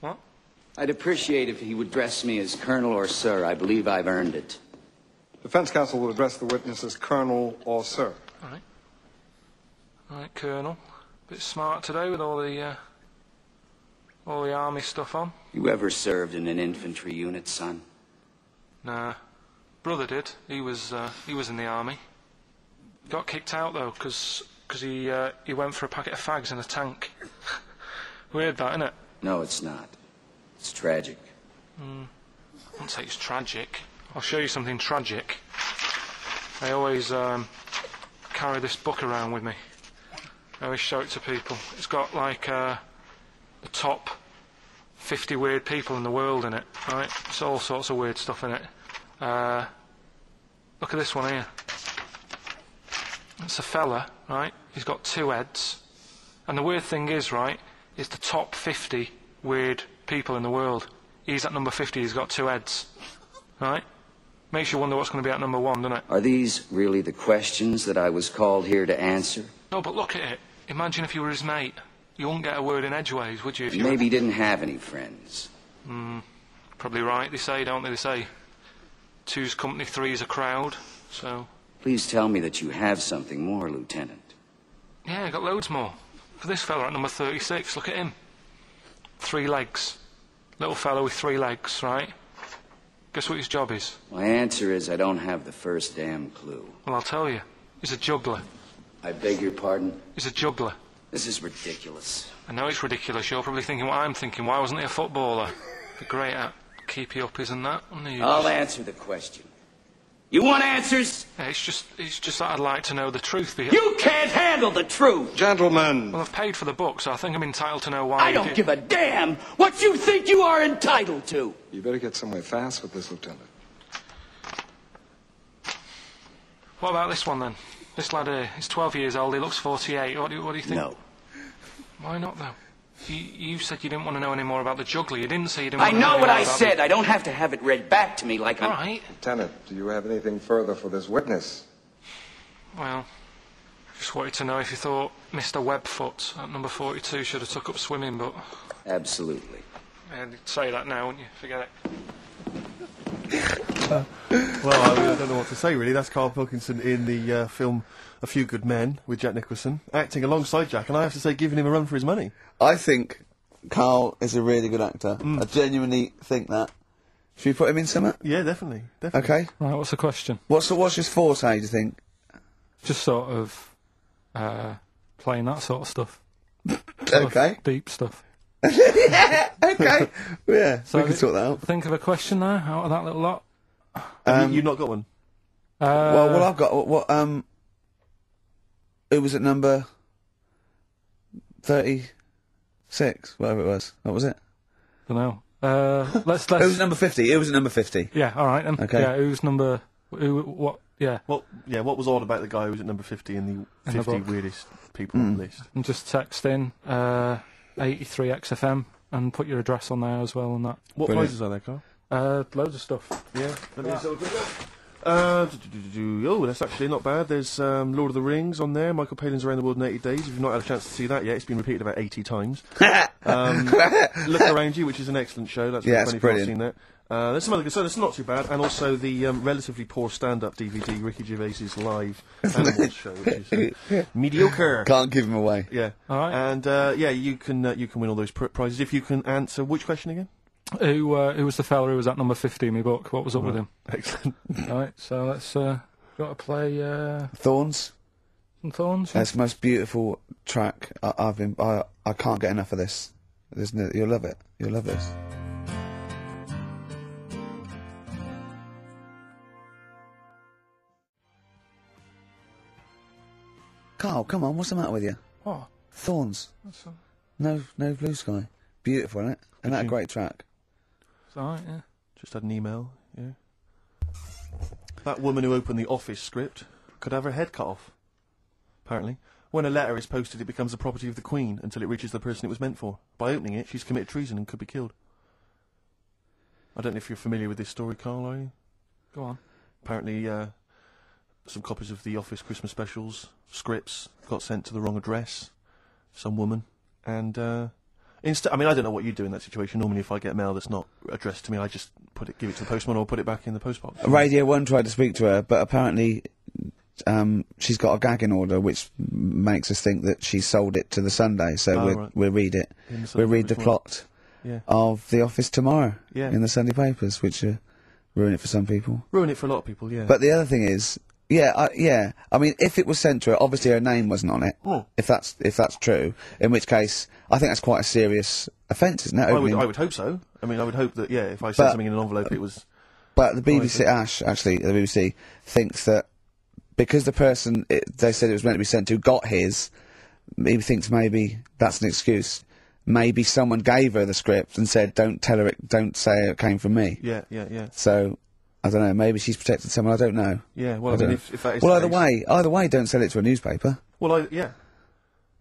What?
I'd appreciate if he would dress me as Colonel or Sir. I believe I've earned it.
Defense counsel will address the witness as Colonel or Sir.
All right, all right, Colonel. Bit smart today with all the uh, all the army stuff on.
You ever served in an infantry unit, son?
Nah, brother did. He was uh, he was in the army. Got kicked out though, cause 'cause he uh, he went for a packet of fags in a tank. Weird that, innit?
No, it's not. It's tragic.
I wouldn't say it's tragic. I'll show you something tragic. I always um, carry this book around with me. I always show it to people. It's got like uh, the top 50 weird people in the world in it, right? It's all sorts of weird stuff in it. Uh, look at this one here. It's a fella, right? He's got two heads. And the weird thing is, right, it's the top 50 weird people in the world. He's at number 50, he's got two heads. Right? Makes you wonder what's going to be at number one, doesn't it?
Are these really the questions that I was called here to answer?
No, but look at it. Imagine if you were his mate. You wouldn't get a word in edgeways, would you? If you
Maybe he didn't have any friends.
Were... Probably right, they say, don't they? They say two's company, three's a crowd. So,
Please tell me that you have something more, Lieutenant.
yeah, got loads more. For this fella at number 36, look at him. Three legs. Little fellow with three legs, right? Guess what his job is?
My answer is I don't have the first damn clue.
Well, I'll tell you. He's a juggler.
I beg your pardon.
He's a juggler.
This is ridiculous.
I know it's ridiculous. You're probably thinking what I'm thinking. Why wasn't he a footballer? Be great at keepy up, isn't that? And he-
I'll answer the question. You want answers?
Yeah, it's just, it's just that I'd like to know the truth. Because
You can't handle the truth!
Gentlemen,
well, I've paid for the book, so I think I'm entitled to know why.
I
he
don't
did-
give a damn what you think you are entitled to!
you better get somewhere fast with this, Lieutenant.
What about this one then? This lad here, he's 12 years old. He looks 48. What do you, what do you think?
No.
Why not though? You, you said you didn't want to know any more about the juggler. You didn't say you didn't
I
want to know
know
any
what
more
I
about
said. I don't have to have it read back to me like
The... All
I'm.
right.
Lieutenant, do you have anything further for this witness?
Well, just wanted to know if you thought Mr. Webfoot at number 42 should have took up swimming, but
Absolutely.
uh, you'd say that now, wouldn't you? Forget it.
Well, I, mean, I don't know what to say really. That's Carl Pilkinson in the uh, film A Few Good Men with Jack Nicholson, acting alongside Jack, and I have to say, giving him a run for his money.
I think Carl is a really good actor. I genuinely think that. Should we put him in summer?
Mm. Yeah, definitely, definitely.
Okay.
Right, what's the question?
What's the, what's his forte? Do you think?
Just sort of uh, playing that sort of stuff.
Okay.
Deep stuff.
okay. Yeah. we can
it-
sort that out.
Think of a question there out of that little lot.
Have you, you've not got one.
Uh,
Well, what I've got, what, what um, it was at number thirty-six, whatever it was. What was it?
don't know. Uh, let's
It was
let's.
number fifty. It was at number fifty.
yeah, all right then.
Okay.
Yeah, who's number? Who? What? Yeah,
What? Yeah, what was odd about the guy who was at number fifty in the
In the
fifty
book.
weirdest people list?
and just text in uh, 83xfm and put your address on there as well and that.
What
Brilliant.
prizes are there, Carl?
Uh, loads of stuff.
Yeah. Let me just have a quick look. Uh, do- do- do- do. oh, that's actually not bad. There's um, Lord of the Rings on there. Michael Palin's Around the World in 80 Days. If you've not had a chance to see that yet, it's been repeated about 80 times. um, look Around You, which is an excellent show. That's
Yeah,
been
it's
funny if you've not
brilliant.
seen that. Uh, there's some other good stuff. It's not too bad. And also the um, relatively poor stand-up DVD, Ricky Gervais's live animals show, which is uh, mediocre.
Can't give him away.
Yeah.
All right.
And uh, yeah, you can uh, you can win all those pr- prizes if you can answer which question again.
Who uh, who was the fella who was at number 50 in my book? What was up with him?
Excellent.
Right, so let's uh, got to play uh,
Thorns.
some thorns.
That's the most beautiful track I, I've been. I I can't get enough of this. There's no, you'll love it. You'll love this. Carl, come on, what's the matter with you?
Oh,
Thorns.
that's all
No, no blue sky. Beautiful, isn't it? And that a great track.
it's all right, yeah.
Just had an email. Yeah. That woman who opened the office script could have her head cut off. Apparently, when a letter is posted, it becomes the property of the Queen until it reaches the person it was meant for. By opening it, she's committed treason and could be killed. I don't know if you're familiar with this story, Carl. Are you?
Go on.
Apparently, uh, some copies of the Office Christmas specials scripts got sent to the wrong address. Some woman, and uh, instead, I mean, I don't know what you do in that situation. Normally, if I get mail that's not addressed to me, I just put it, give it to the postman, or put it back in the postbox.
Radio One tried to speak to her, but apparently um, she's got a gagging order, which m- makes us think that she sold it to the Sunday. So
Ah,
we'll
right.
we'll read it.
In the
We'll read the
Sunday, which
plot
Yeah.
of The Office tomorrow
Yeah.
in the Sunday papers, which uh, ruin it for some people.
Ruin it for a lot of people, yeah.
But the other thing is, yeah, I, yeah. I mean, if it was sent to her, obviously her name wasn't on it.
Oh.
If that's if that's true, in which case I think that's quite a serious offence, isn't it?
I would,
Opening-
I would hope so. I mean, I would hope that, yeah, if I sent
But-
something in an envelope, it was.
But
Oh,
the BBC Ash actually, the BBC thinks that because the person it, they said it was meant to be sent to got his, he thinks maybe that's an excuse. Maybe someone gave her the script and said, "Don't tell her it. Don't say it came from me."
Yeah, yeah, yeah.
So I don't know. Maybe she's protected someone. I don't know.
Yeah, well, I,
I don't
mean,
know.
if, if that is.
well,
the
either way,
case-
either way, don't sell it to a newspaper.
Well, I, yeah.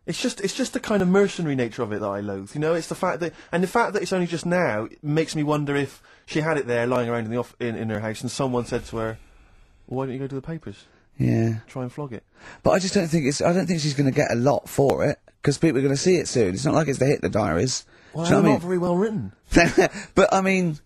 It's just, it's just the kind of mercenary nature of it that I loathe. You know, it's the fact that, and the fact that it's only just now makes me wonder if she had it there lying around in the off in, in her house, and someone said to her, "Why don't you go to the papers?
Yeah.
Try and flog it."
But I just don't think it's. I don't think she's going to get a lot for it because people are going to see it soon. It's not like it's the Hitler Diaries.
Well,
Do you know what I
they're
mean?
not very well written.
but I mean,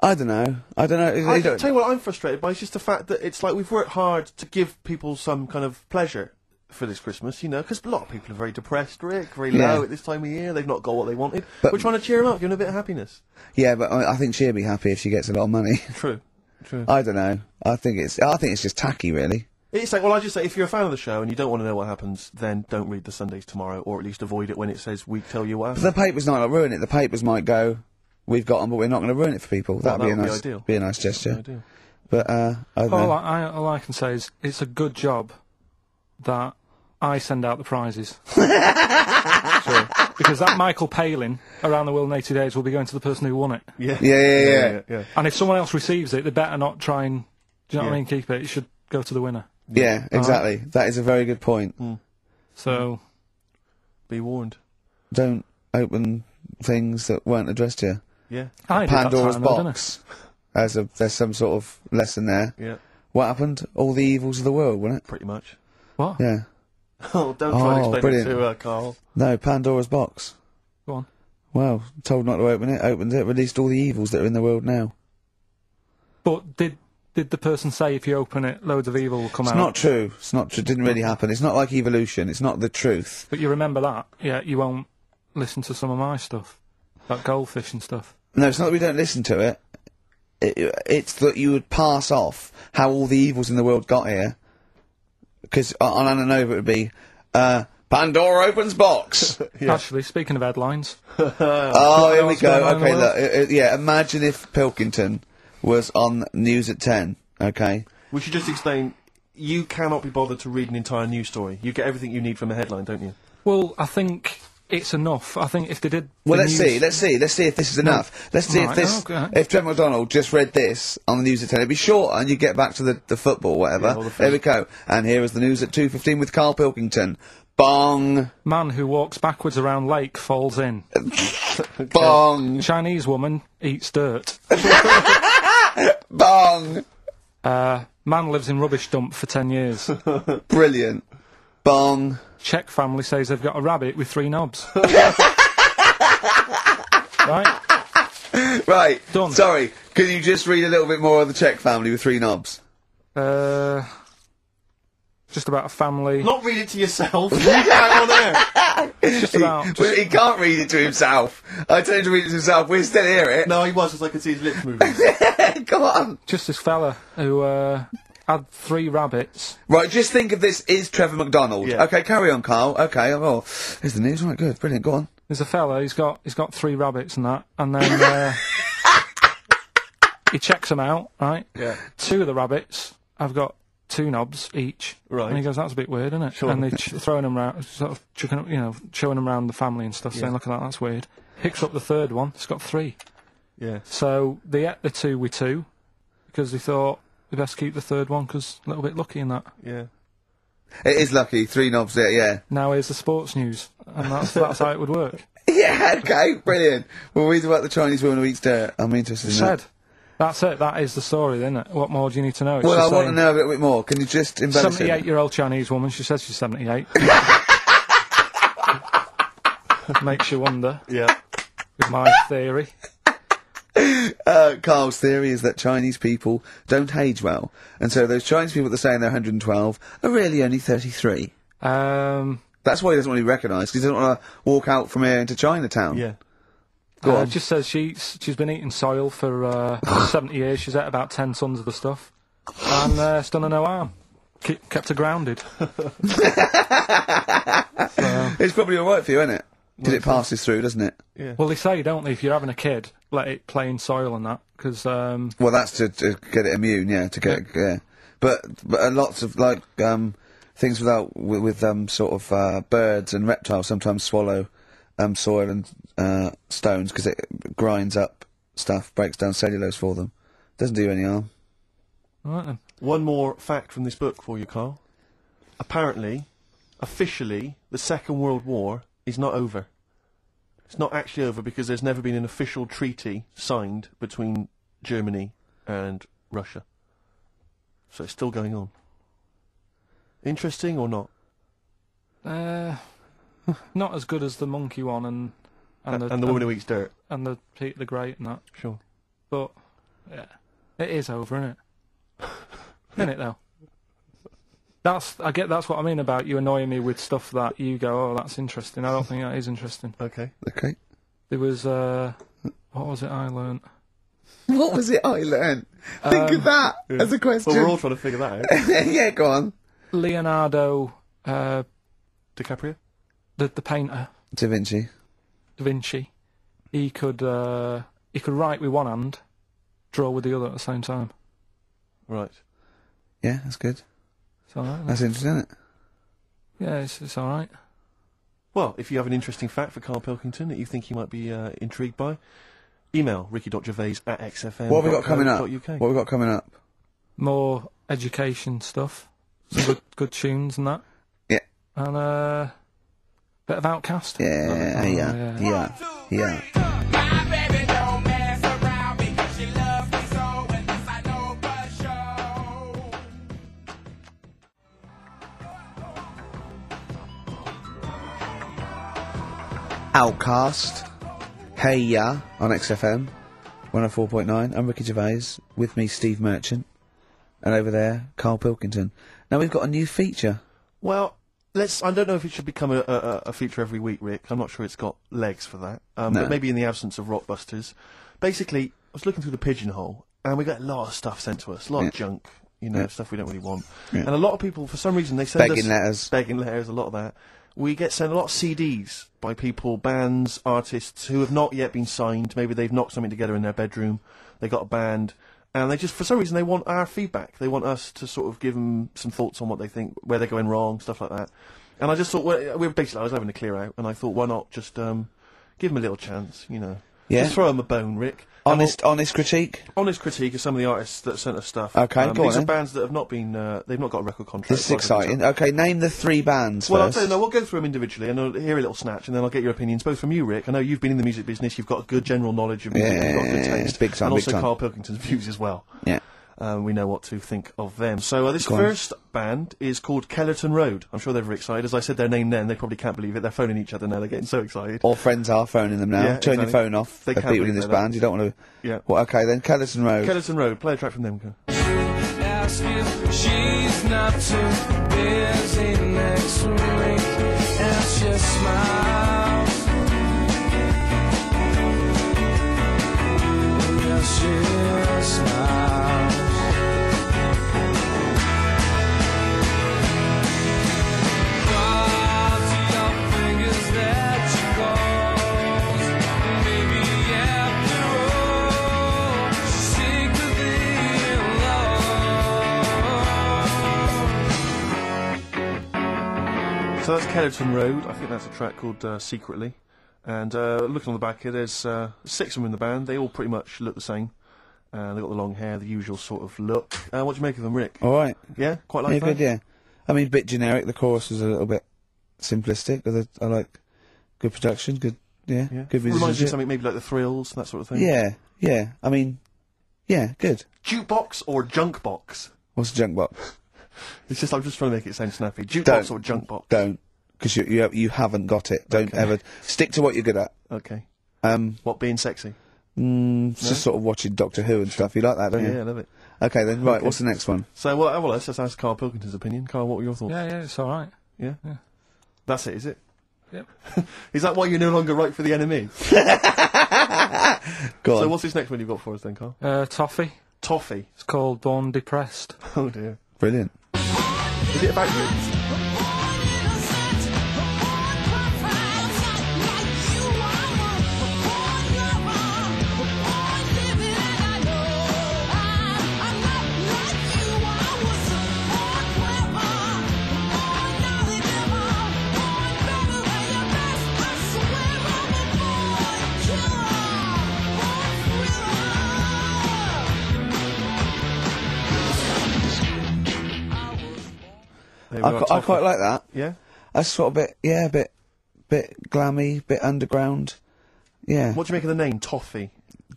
I don't know. I don't know.
I
You
tell
don't-
you what, I'm frustrated by. It's just the fact that it's like we've worked hard to give people some kind of pleasure for this Christmas, you know, because a lot of people are very depressed, Rick, very
Yeah.
low at this time of year. They've not got what they wanted.
But-
We're trying to cheer them up, give them a bit of happiness.
yeah, but I, I think she'll be happy if she gets a lot of money.
True. True.
I don't know. I think it's. I think it's just tacky, really.
It's like, well, I just say, if you're a fan of the show and you don't want to know what happens, then don't read the Sundays tomorrow, or at least avoid it when it says we tell you what
But
happened.
the papers might not ruin it. The papers might go, "We've got them, but we're not going to ruin it for people." That'd
that
be a
would be
nice,
ideal.
be a nice gesture.
I do.
But uh, I don't
All
know.
Oh, I, I, all I can say is it's a good job that I send out the prizes. Because that Michael Palin around the world in 80 days will be going to the person who won it.
Yeah.
Yeah, yeah, yeah.
yeah, yeah.
And if someone else receives it, they better not try and, do you know what I
Yeah.
mean, keep it. It should go to the winner.
yeah, exactly. That is a very good point.
So,
Be warned.
Don't open things that weren't addressed to you.
Yeah.
I did that
Pandora's
time, though, didn't I?
box. As a, there's some sort of lesson there.
Yeah.
What happened? All the evils of the world, wasn't it?
Pretty much.
What?
Yeah.
Oh, don't try
Oh,
and explain
brilliant.
it to uh, Carl.
No, Pandora's box.
Go on.
Well, told not to open it, opened it, released all the evils that are in the world now.
But did did the person say if you open it, loads of evil will come
It's
out?
not true. It's not true. Didn't really happen. It's not like evolution. It's not the truth.
But you remember that? Yeah, you won't listen to some of my stuff, like goldfish and stuff.
No, it's not that we don't listen to it. it it's that you would pass off how all the evils in the world got here. Because on Ananova it would be, uh, Pandora opens box.
Actually, speaking of headlines,
oh, here we
else going
go.
on in the
Okay,
world?
look. uh, uh, yeah, imagine if Pilkington was on news at 10. Okay.
We should just explain. You cannot be bothered to read an entire news story. You get everything you need from a headline, don't you?
well, I think it's enough. I think if they did,
Well,
the
let's
news- oh,
see. Let's see. Let's see if this is enough. Let's see if
Right,
this.
okay.
If Trent McDonald just read this on the news at ten, it'd be shorter, and you get back to the, the football, whatever.
all the
there we go. And here is the news at two fifteen with Carl Pilkington. Bong,
Man who walks backwards around lake falls in.
Uh, bong,
Chinese woman eats dirt.
bong.
Uh, man lives in rubbish dump for ten years.
Brilliant. Bong.
Czech family says they've got a rabbit with three knobs. right?
Right.
Done.
Sorry. Can you just read a little bit more of the Czech family with three knobs?
Uh, just about a family.
Not read it to yourself. Read it out on air.
Just about.
He, well, he can't read it to himself. I told him to read it to himself. We still hear it.
No, he was, as I could see his lips moving.
Come on.
just this fella who uh, had three rabbits.
Right, just think of this is Trevor McDonald.
Yeah.
Okay, carry on, Carl. Okay, oh, here's the news. Right, good, brilliant. Go on.
There's a fella. He's got he's got three rabbits and that, and then uh, he checks them out. Right.
Yeah.
Two of the rabbits have got two knobs each.
Right.
And he goes, "That's a bit weird, isn't it?" Sure. And they're ch- throwing them round, sort of chucking, 'em- you know, showing them around the family and stuff, saying, "Look at that, that's weird." Picks up the third one. It's got three.
Yeah.
So they ate the two with two because they thought they best keep the third one because a little bit lucky in that.
Yeah.
It is lucky. Three knobs there, yeah.
Now here's the sports news, and that's that's how it would work.
Yeah, okay, brilliant. We'll read about the Chinese woman who eats dirt. I'm interested in
said.
that.
That's it. That is the story, isn't it? What more do you need to know? It's
Well, I
just
want to
saying,
know a little bit more. Can you just embellish it?
Seventy-eight-year-old Chinese woman. She says she's seventy-eight. Makes you wonder.
Yeah.
With my theory,
Uh, Carl's theory is that Chinese people don't age well. And so those Chinese people that are saying they're 112 are really only 33.
um,
That's why he doesn't want to be recognised, 'cause he doesn't want to walk out from here into Chinatown.
Yeah.
Go
uh,
on.
just says she's she's been eating soil for uh, seventy years. She's ate about ten tons of the stuff, and uh, it's done her no harm. Ke- kept her grounded.
It's probably alright for you, isn't it? Because it passes through, doesn't it?
Well, they say, don't they? If you're having a kid, let it play in soil and that, because um,
Well, that's to, to get it immune, yeah, to get yeah. But but uh, lots of like um, things without with, with um, sort of uh, birds and reptiles sometimes swallow um, soil and uh, stones because it grinds up stuff, breaks down cellulose for them. Doesn't do any harm.
right then.
One more fact from this book for you, Carl. Apparently, officially, the Second World War is not over. It's not actually over because there's never been an official treaty signed between Germany and Russia. So it's still going on. Interesting or not?
Uh, not as good as the monkey one and and
Uh, And,
the
the woman who eats dirt.
and the Peter the Great and that.
Sure.
But yeah, it is over, isn't it? isn't it though? That's I get. That's what I mean about you annoying me with stuff that you go, oh, that's interesting. I don't think that is interesting.
Okay.
Okay.
There was uh, what was it I learnt?
What was it I learned? Think of that as a question.
Well, we're all trying to figure that out.
yeah, go on.
Leonardo, uh,
DiCaprio?
the the painter
Da Vinci.
Da Vinci, he could uh, he could write with one hand, draw with the other at the same time.
Right.
Yeah, that's good.
It's all right.
That's interesting, isn't it?
Yeah, it's, it's all right.
Well, if you have an interesting fact for Carl Pilkington that you think he might be uh, intrigued by, email ricky.gervais at xfm.
What have we got coming up? What have we got coming up?
More education stuff, some good, good tunes and that,
Yeah.
and uh, Bit of Outcast.
Yeah, Oh, yeah,
yeah.
yeah, yeah.
My baby don't mess around because she loves me so, and this I know for sure.
Outcast. Hey Ya on XFM 104.9. I'm Ricky Gervais. With me, Steve Merchant. And over there, Carl Pilkington. Now we've got a new feature.
Well, let's. I don't know if it should become a, a, a- a feature every week, Rick. I'm not sure it's got legs for that. Um,
No.
But maybe in the absence of Rockbusters. Basically, I was looking through the pigeonhole, and we got a lot of stuff sent to us, a lot
Yeah.
of junk, you know,
Yeah.
stuff we don't really want. And a lot of people, for some reason, they send
Begging
us
letters.
begging letters, a lot of that. We get sent a lot of CDs by people, bands, artists who have not yet been signed. Maybe they've knocked something together in their bedroom. They got a band, and they just, for some reason, they want our feedback. They want us to sort of give them some thoughts on what they think, where they're going wrong, stuff like that. And I just thought, well, we were basically, I was having a clear out, and I thought, why not just um, give them a little chance, you know?
Yeah.
Just throw them a bone, Rick. And we'll-
Honest, honest critique.
honest critique of some of the artists that sent us stuff.
Okay,
um,
go on
these
then.
are bands that have not been, uh, they've not got a record contract.
This is
Well, I think
exciting. Okay, name the three bands
well, I'll
first.
tell you, no, we'll go through them individually and I'll hear a little snatch and then I'll get your opinions, both from you, Rick. I know you've been in the music business, you've got good general knowledge of music, you've got good
Yeah,
taste.
big time,
and
big
also
time.
Carl Pilkington's views as well.
yeah.
Um, we know what to think of them. So uh, this
Go on.
first band is called Kellerton Road. I'm sure they're very excited. As I said their name then, they probably can't believe it. They're phoning each other now, they're getting so excited.
All friends are phoning them now.
Yeah,
Turn your
exactly.
phone off.
They
They
can't
people in
really
this
know that.
band. You don't want to.
Yeah.
Well, okay then. Kellerton Road.
Kellerton Road, play a track from them.
Ask if she's not too busy next week, and she smiles. Yes, she smiles. Cross your fingers that she goes. Maybe after all, she's secretly in love.
So that's Kellerton Road. I think that's a track called uh, Secretly. And uh, looking on the back here, there's uh, six of them in the band. They all pretty much look the same. Uh, they've got the long hair, the usual sort of look. Uh, what do you make of them, Rick?
All right.
Yeah, quite like
Oh, yeah,
that.
good. Yeah. I mean, a bit generic. The chorus is a little bit simplistic. But I like good production. Good. Yeah.
Yeah.
Good music.
Reminds you of something maybe like the Thrills, that sort of thing.
Yeah. Yeah. I mean. Yeah. Good.
Jukebox or junk box?
What's the junk box?
It's just I'm just trying to make it sound snappy. Jukebox
Don't.
or junk box?
Don't. Because you, you you haven't got it. Don't
Okay.
ever stick to what you're good at.
Okay.
Um,
What being sexy?
mm, it's just sort of watching Doctor Who and stuff. You like that, don't
Yeah,
you?
I love it.
Okay then. Right. What's the next one?
So well, well, let's just ask Carl Pilkington's opinion. Carl, what were your thoughts?
Yeah, yeah, it's all right.
Yeah.
Yeah.
That's it, is it?
Yep.
Is that why you're no longer right for the enemy?
Go on.
so what's this next one you've got for us then, Carl?
Uh, Toffee.
Toffee.
It's called Born Depressed.
Oh dear.
Brilliant.
Is it about you? There we
I,
are,
qu- I
Toffee.
quite like that.
Yeah.
That's sort of bit, yeah, a bit, bit glammy, bit underground. Yeah,
What do you make of the name Toffee?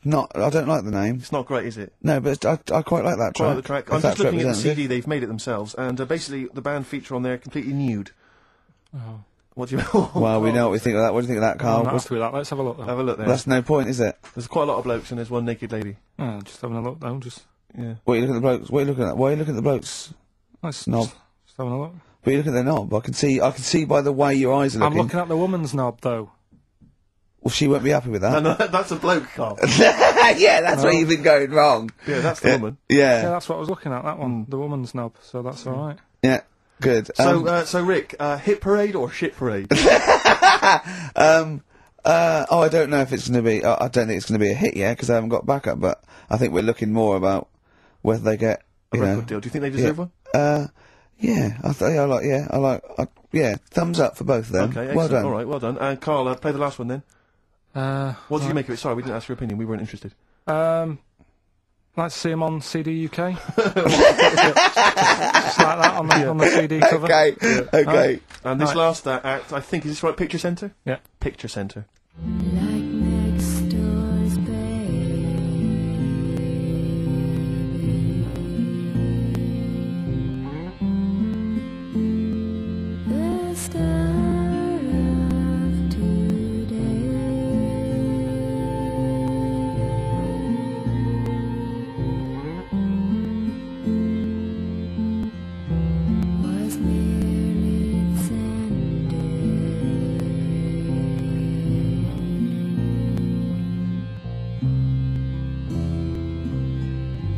not. I don't like the name.
It's not great, is it?
No, but I, I quite like that track.
Quite like the track.
if
I'm just
that's
looking at the
representative.
CD they've made it themselves, and uh, basically the band feature on there completely nude. What do you?
Well, we know what we think of that. What do you think
Oh,
of that, Carl?
I'm not
What's-
happy with that. Let's have a look. Though.
Have a look there.
that's no point, is it?
There's quite a lot of blokes, and there's one naked lady.
Oh, just having a look though. Just
Yeah.
What are you looking at the blokes? What are you looking at? Why are you looking at the blokes?
let's
Knob.
just, just having a look.
But you looking at the knob. I can see. I can see by the way your eyes are
I'm
looking.
looking at the woman's knob though.
Well, she won't be happy with that.
And uh, that's a bloke, Carl.
yeah, that's where you've been going wrong.
yeah, that's the woman.
Yeah,
Yeah, Mm.
that's what I was looking at. That one, the woman's knob. So that's all right.
yeah, good.
So,
Um,
uh, so Rick, uh, hit parade or shit parade?
Uh, oh, I don't know if it's going to be. I I don't think it's going to be a hit yet because I haven't got backup. But I think we're looking more about whether they get
a
you know.
record deal. Do you think they deserve one?
Uh, yeah, I, th- I like. Yeah, I like. I, yeah, thumbs up for both of them.
Okay, excellent.
well done.
All right, well done. And Carl, uh, play the last one then.
Uh,
What did you make of it? Sorry, we didn't ask your opinion. We weren't interested.
Um, Like to see him on CD UK. Just like that on the, on the CD cover.
Okay, okay.
And this
Right.
last uh, act, I think, is this right? Picture Centre?
Yeah.
Picture Centre.
Like next door's babe. The star of today was near its end.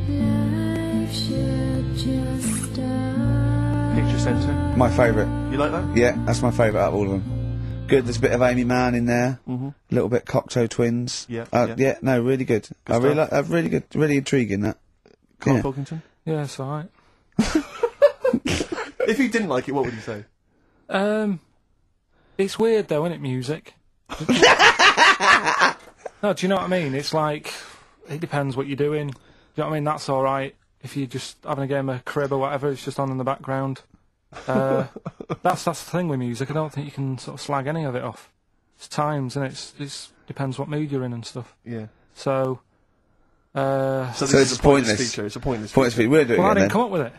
Life should just uh, stop.
Picture Centre.
My favourite.
You like that?
Yeah, that's my favourite out of all of them. Good. There's a bit of Amy Mann in there. Mm-hmm. Little bit Cocteau Twins.
Yeah,
Uh,
yeah.
yeah. No, really good. I really,
stuff.
like, uh, really good. Really intriguing that.
Carl
Yeah.
Pilkington?
Yeah, it's alright.
If you didn't like it, what would you say?
Um, it's weird though, isn't it? Music. no, do you know what I mean? It's like it depends what you're doing. Do you know what I mean? That's all right if you're just having a game of crib or whatever. It's just on in the background. Uh, that's that's the thing with music. I don't think you can sort of slag any of it off. It's times and it's it's depends what mood you're in and stuff.
Yeah.
So, uh,
So,
So
this
it's
is a pointless,
pointless.
feature. It's a pointless
Point of
feature.
view. We'll do it
well, I
again
didn't
then.
come up with it.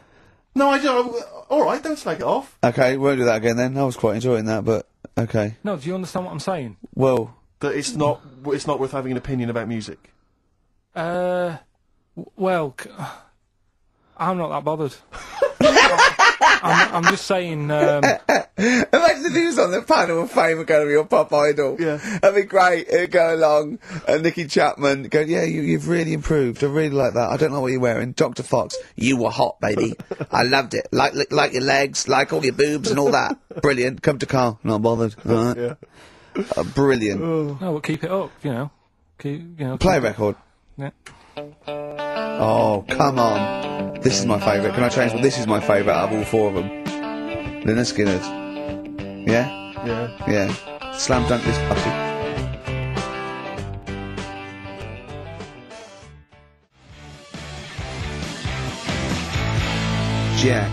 No, I don't. All right, don't slag it off.
Okay, we'll do that again then. I was quite enjoying that, but okay.
No, do you understand what I'm saying?
Well,
That it's not. It's not worth having an opinion about music.
Uh, w- well, c- I'm not that bothered. I'm, I'm just saying. Um,
Imagine if he was on the panel of fame and going to be on Pop Idol.
Yeah.
That'd be great. It'd go along. And Nicky Chapman going, yeah, you, you've really improved. I really like that. I don't know what you're wearing. Dr. Fox, you were hot, baby. I loved it. Like, like, like your legs, like all your boobs and all that. Brilliant. Come to Carl. Not bothered. All right.
Yeah. Oh.
Uh, brilliant.
no, but keep it up. You know, keep you know.
Play a record.
Yeah.
Oh, come on. This is my favourite. Can I change? Well, this is my favourite out of all four of them. Lynyrd Skynyrd. Yeah?
Yeah.
Yeah. Slam dunk this puppy. Jack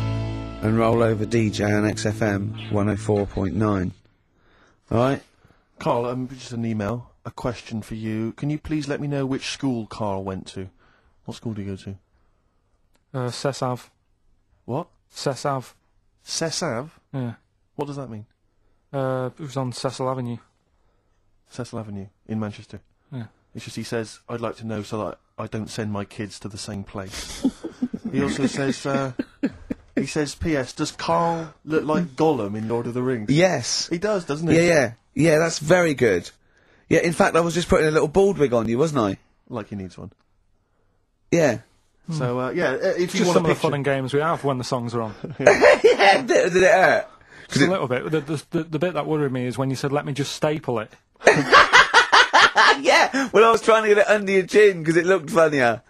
and roll over DJ on XFM 104.9. Alright?
Carl, um, just an email. A question for you. Can you please let me know which school Carl went to? What school do you go to?
Uh, Sesav,
What?
Sesav.
Cesav?
Yeah.
What does that mean?
Uh, it was on Cecil Avenue.
Cecil Avenue in Manchester.
Yeah.
It's just he says, I'd like to know so that I don't send my kids to the same place. he also says, uh, he says, P.S. Does Carl look like Gollum in Lord of the Rings?
Yes.
He does, doesn't he?
Yeah, yeah. Yeah, that's very good. Yeah, in fact, I was just putting a little bald wig on you, wasn't I?
Like he needs one.
Yeah.
So, uh, yeah, uh, if you
Hmm. Just
want a
some of the
picture...
fun and games we have when the songs are on.
yeah, did, did it hurt?
Just a little bit. The, the, the, the bit that worried me is when you said, "Let me just staple it."
Yeah, well, I was trying to get it under your chin because it looked funnier.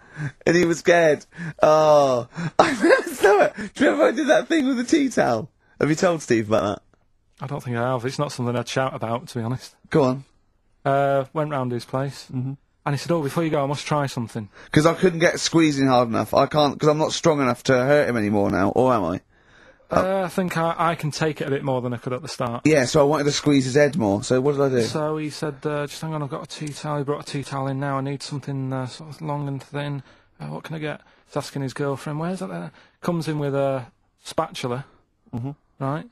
And he was scared. Oh, I remember so much. Do you remember I did that thing with the tea towel? Have you told Steve about
I don't think I have. It's not something I'd shout about, to be honest.
that? Go on.
Uh, went round his place, and he said, "Oh, before you go, I must try something."
Because I couldn't get squeezing hard enough. I can't, because I'm not strong enough to hurt him anymore now, or am I?
Uh, I think I, I can take it a bit more than I could at the start.
Yeah, so I wanted to squeeze his head more. So what did I do?
So he said, uh, just hang on, I've got a tea towel. He brought a tea towel in now. I need something uh, sort of long and thin. Uh, what can I get? He's asking his girlfriend, where's that? There? Comes in with a spatula, mm-hmm. right?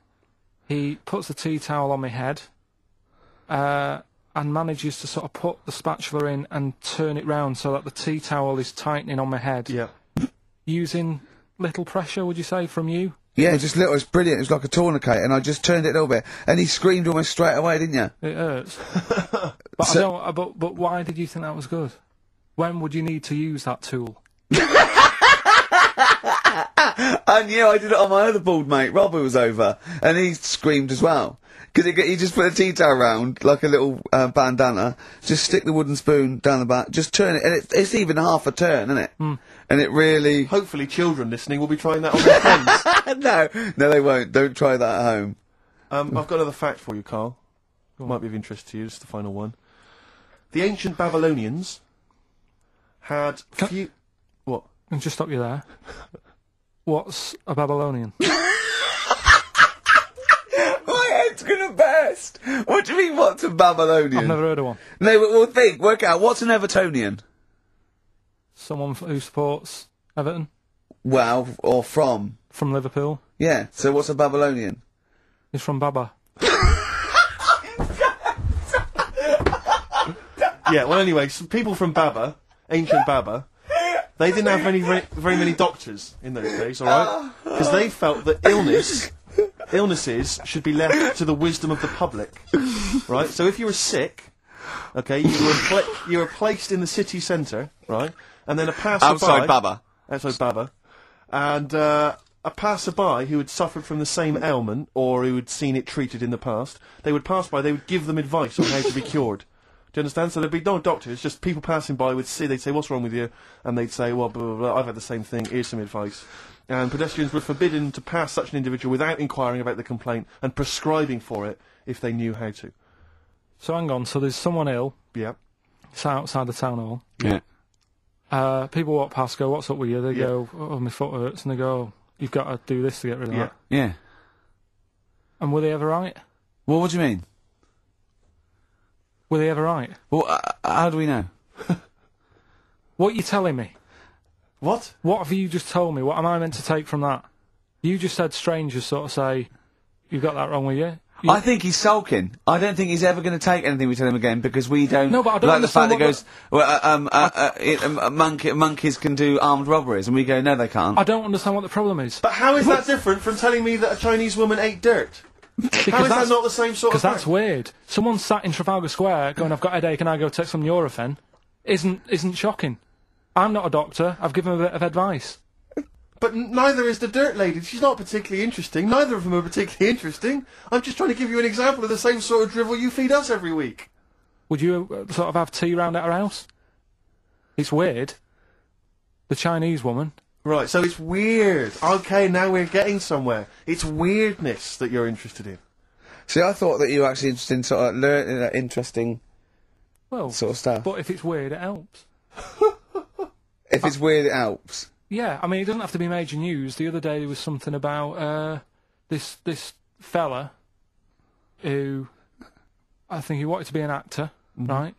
He puts the tea towel on my head uh, and manages to sort of put the spatula in and turn it round so that the tea towel is tightening on my head.
Yeah.
Using little pressure, would you say, from you?
yeah, just little, it's brilliant. It was like a tourniquet, and I just turned it a little bit. And he screamed almost straight away, didn't you?
It hurts. but I don't. uh, But but why did you think that was good? When would you need to use that tool?
And yeah, I did it on my other bald mate, Rob, who was over, and he screamed as well. Because he, g- he just put a tea towel round, like a little uh, bandana, just stick the wooden spoon down the back, just turn it, and it, it's even half a turn, isn't it?
Hmm.
And it really...
Hopefully children listening will be trying that on their friends.
no, no they won't, don't try that at home.
Um, I've got another fact for you, Carl. Might be of interest to you. It's the final one. The ancient Babylonians had few... What?
And just stop you there. What's a Babylonian?
My head's gonna burst. What do you mean? What's a Babylonian?
I've never heard of one.
No, but we'll think. Work out what's an Evertonian.
Someone f- who supports Everton
Well, or from.
from Liverpool
Yeah. So what's a Babylonian?
is from Baba.
yeah, well, anyway, some people from Baba, ancient Baba, they didn't have many, very, very many doctors in those days, all right? Because they felt that illness, illnesses should be left to the wisdom of the public, right? So if you were sick, okay, you were pla- you were placed in the city centre, right, and then a passerby
Outside Baba.
outside Baba, and uh, a passerby who had suffered from the same ailment or who had seen it treated in the past, they would pass by, they would give them advice on how to be cured. Do you understand? So there'd be no doctors, just people passing by would see, they'd say, what's wrong with you? And they'd say, well, blah, blah, blah, I've had the same thing, here's some advice. And pedestrians were forbidden to pass such an individual without inquiring about the complaint and prescribing for it if they knew how to.
So hang on. So there's someone ill.
Yeah.
It's outside the town hall.
Yeah.
Uh, people walk past, go, "What's up with you?" They go, "Oh, my foot hurts," and they go, oh, "You've got to do this to get rid of
Yeah.
that."
Yeah.
And were they ever right?
Well, what do you mean?
Were they ever right?
Well, uh, how do we know?
What are you telling me?
What?
What have you just told me? What am I meant to take from that? You just said strangers sort of say, "You've got that wrong with you." You-
I think he's sulking. I don't think he's ever going to take anything we tell him again because we don't,
No, but I don't
like the fact that
understand
goes, well, uh, um, uh, uh, it, um, uh, monk- monkeys can do armed robberies, and we go, no, they can't.
I don't understand what the problem is.
But how is that different from telling me that a Chinese woman ate dirt? How is that
that's-
not the same sort of
Because
thing?
that's weird. Someone sat in Trafalgar Square going, "I've got a headache, and I go take some Nurofen," isn't isn't shocking. I'm not a doctor. I've given a bit of advice.
But n- neither is the dirt lady. She's not particularly interesting. Neither of them are particularly interesting. I'm just trying to give you an example of the same sort of drivel you feed us every week.
Would you uh, sort of have tea round at her house? It's weird. The Chinese woman.
Right, so it's weird. Okay, now we're getting somewhere. It's weirdness that you're interested in.
See, I thought that you were actually interested in sort of learning uh, interesting
Well,
sort of stuff.
but if it's weird, it helps.
if it's weird, it helps.
Yeah, I mean, it doesn't have to be major news. The other day there was something about uh, this this fella who I think he wanted to be an actor, right?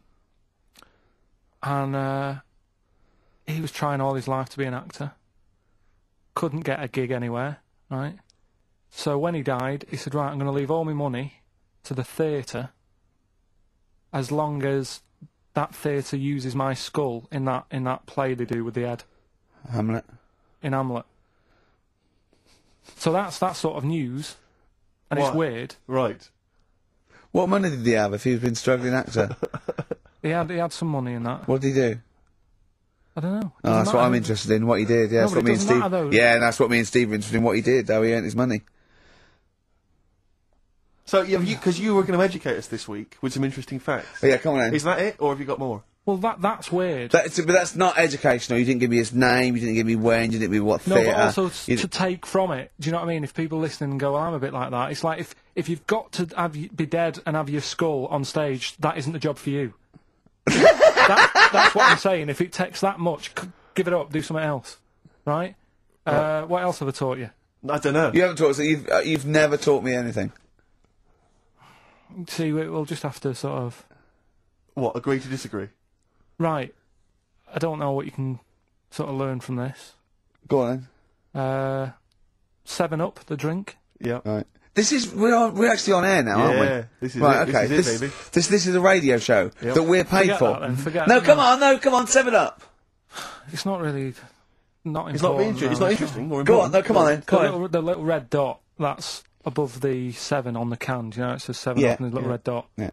And uh, he was trying all his life to be an actor. Couldn't get a gig anywhere, right? So when he died, he said, "Right, I'm going to leave all my money to the theatre, as long as that theatre uses my skull in that in that play they do with the head."
Hamlet.
in Hamlet. So that's that sort of news, and
What?
it's weird.
Right.
What money did he have if he's been struggling actor?
He had he had some money in that.
what did he do?
I don't know.
Oh, that's
Doesn't
what I'm
matter.
interested in. What he did. Yeah,
No,
that's
but
what
it
me and
doesn't
Steve.
matter, though.
yeah, that's what me and Steve were interested in. What he did, how he earned his money.
So, because you, 'cause you were going to educate us this week with some interesting facts.
But yeah, come on. Then.
Is that it, or have you got more?
Well, that that's weird.
That's, but that's not educational. You didn't give me his name. You didn't give me when. You didn't give me what
no,
theatre.
but also
you d-
t- to take from it. Do you know what I mean? If people listen and go, well, "I'm a bit like that," it's like if if you've got to have y- be dead and have your skull on stage, that isn't the job for you. that, that's what I'm saying. If it takes that much, c- give it up. Do something else, right? Uh, what else have I taught you?
I don't know.
you haven't taught us. You've, uh, you've never taught me anything.
See, we- we'll just have to sort of
What, agree to disagree?
right, I don't know what you can sort of learn from this.
Go on.
Uh, seven Up, the drink.
Yeah.
Then. Right. This is we're on, we're actually on air now, aren't we?
Yeah, this is
right.
it, this
Okay.
is it,
this,
baby.
this this is a radio show that we're paid
Forget
for.
that then, forget
no,
that.
come on. No, come on. Seven up.
It's not really not important.
It's not, inter-
no,
it's not interesting or
Go on.
important.
No, come on. Then.
The
Come on.
little, the little red dot that's above the seven on the can. do You know, it says seven
Yeah,
up and the little red dot.
Yeah.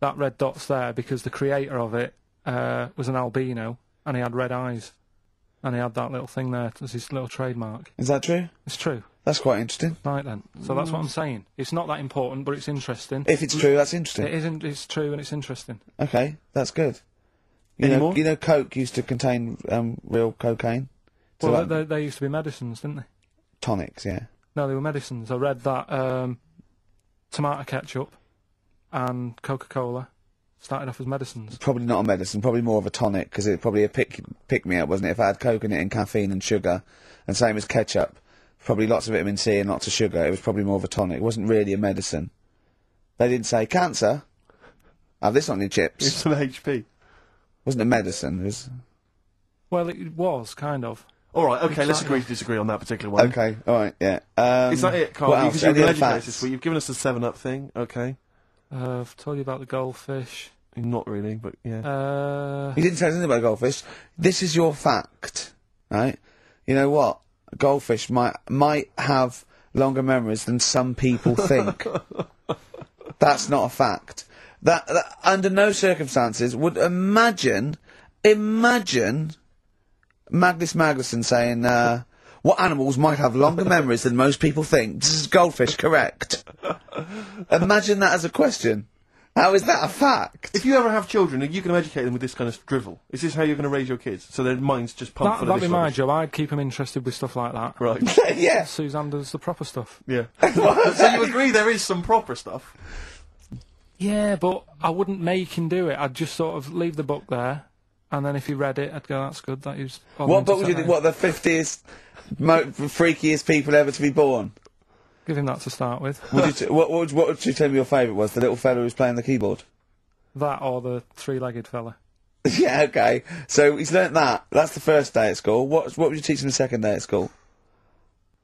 That red dot's there because the creator of it uh, was an albino and he had red eyes, and he had that little thing there as his little trademark.
Is that true?
It's true.
That's quite interesting.
Right then. So that's what
Mm.
I'm saying. It's not that important, but it's interesting.
If it's true, that's
It
interesting.
isn't. It's true and it's interesting.
Okay, that's good. You
Any
know,
more?
you know, coke used to contain um, real cocaine. So
Well,
like
they, they used to be medicines, didn't they?
tonics, yeah.
No, they were medicines. I read that um, tomato ketchup and Coca Cola Started off as medicines.
Probably not a medicine, probably more of a tonic, because it probably a pick, pick me up, wasn't it? If I had coconut and caffeine and sugar, and same as ketchup, probably lots of vitamin C and lots of sugar, it was probably more of a tonic. It wasn't really a medicine. They didn't say, cancer, have this on your
It's
chips.
some HP.
wasn't a medicine, it was...
Well, it was kind of.
All right, okay, let's
Exactly.
agree to disagree on that particular one.
Okay, alright, yeah. Um,
Is that Mm. it, Carl?
what else?
Because you've
Any
been
other
educated
facts?
this week. You've given us the 7 Up thing, okay?
Uh, I've told you about the goldfish.
Not really, but yeah.
Uh,
He didn't tell us anything about goldfish. This is your fact, right? You know what? Goldfish might might have longer memories than some people think. That's not a fact. That, that under no circumstances would imagine imagine Magnus Magnuson saying, uh, "What animals might have longer memories than most people think?" This is goldfish, correct? imagine that as a question. How is that a fact?
if you ever have children, you can educate them with this kind of drivel. Is this how you're going to raise your kids? So their minds just pumped
that,
full
that'd
of
be
this
my
rubbish.
job. I'd keep him interested with stuff like that.
Right.
yes.
Suzanne does the proper stuff.
Yeah. so you agree there is some proper stuff.
Yeah, but I wouldn't make him do it. I'd just sort of leave the book there, and then if he read it, I'd go, "That's good. That is."
What book did what the fiftieth mo- freakiest people ever to be born?
Give him that to start with.
Would you t- what, what, would- what would you tell me your favourite was? The little fella who was playing the keyboard.
That or the three-legged fella.
yeah, okay. So he's learnt that. That's the first day at school. What what would you teach him the second day at school?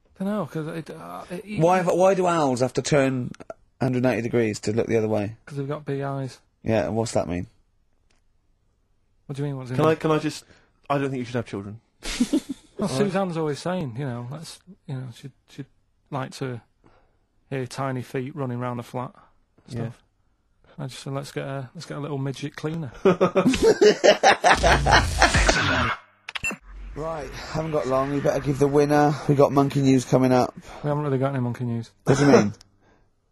I don't know because uh, it-
Why have, why do owls have to turn 180 degrees to look the other way?
'cause they've got big eyes.
Yeah, and what's that mean?
What do you mean? What's in
Can
it?
I? Can I just? I don't think you should have children.
Well, Suzanne's always saying, you know, let's, you know, she'd she'd like to hear tiny feet running round the flat. and
Yeah.
Stuff. I just said, let's get a let's get a little midget cleaner.
Right, haven't got long. We better give the winner. We got monkey news coming up.
we haven't really got any monkey news.
What do you mean?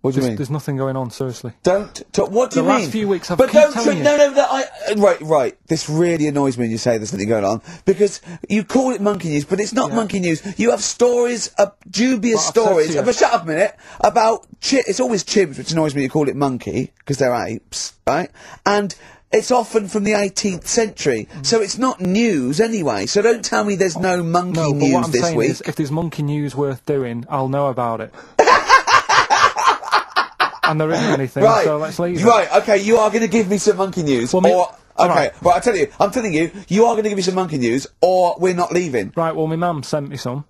What do you
There's,
mean?
there's nothing going on. Seriously,
Don't. T- what do
The
you
last
mean?
few weeks I've
but
keep
don't.
telling
tr-
you.
No, no, no. I, uh, right, right. This really annoys me when you say there's something going on because you call it monkey news, but it's not monkey news. You have stories, uh, dubious
But I've said
stories.
to you-
But shut up a minute about chi- It's always chimps, which annoys me. You call it monkey because they're apes, right? And. It's often from the 18th century,
Mm.
so it's not news anyway. So don't tell me there's no monkey
Oh, no. But
news
what I'm
this
saying
week.
is, if there's monkey news worth doing, I'll know about it. and there isn't anything,
Right.
so let's leave. it.
Right, okay, you are going to give me some monkey news.
Well, may-
or, okay,
all
right.
right.
I tell you, I'm telling you, you are going to give me some monkey news, or we're not leaving.
Right, well, my mum sent me some.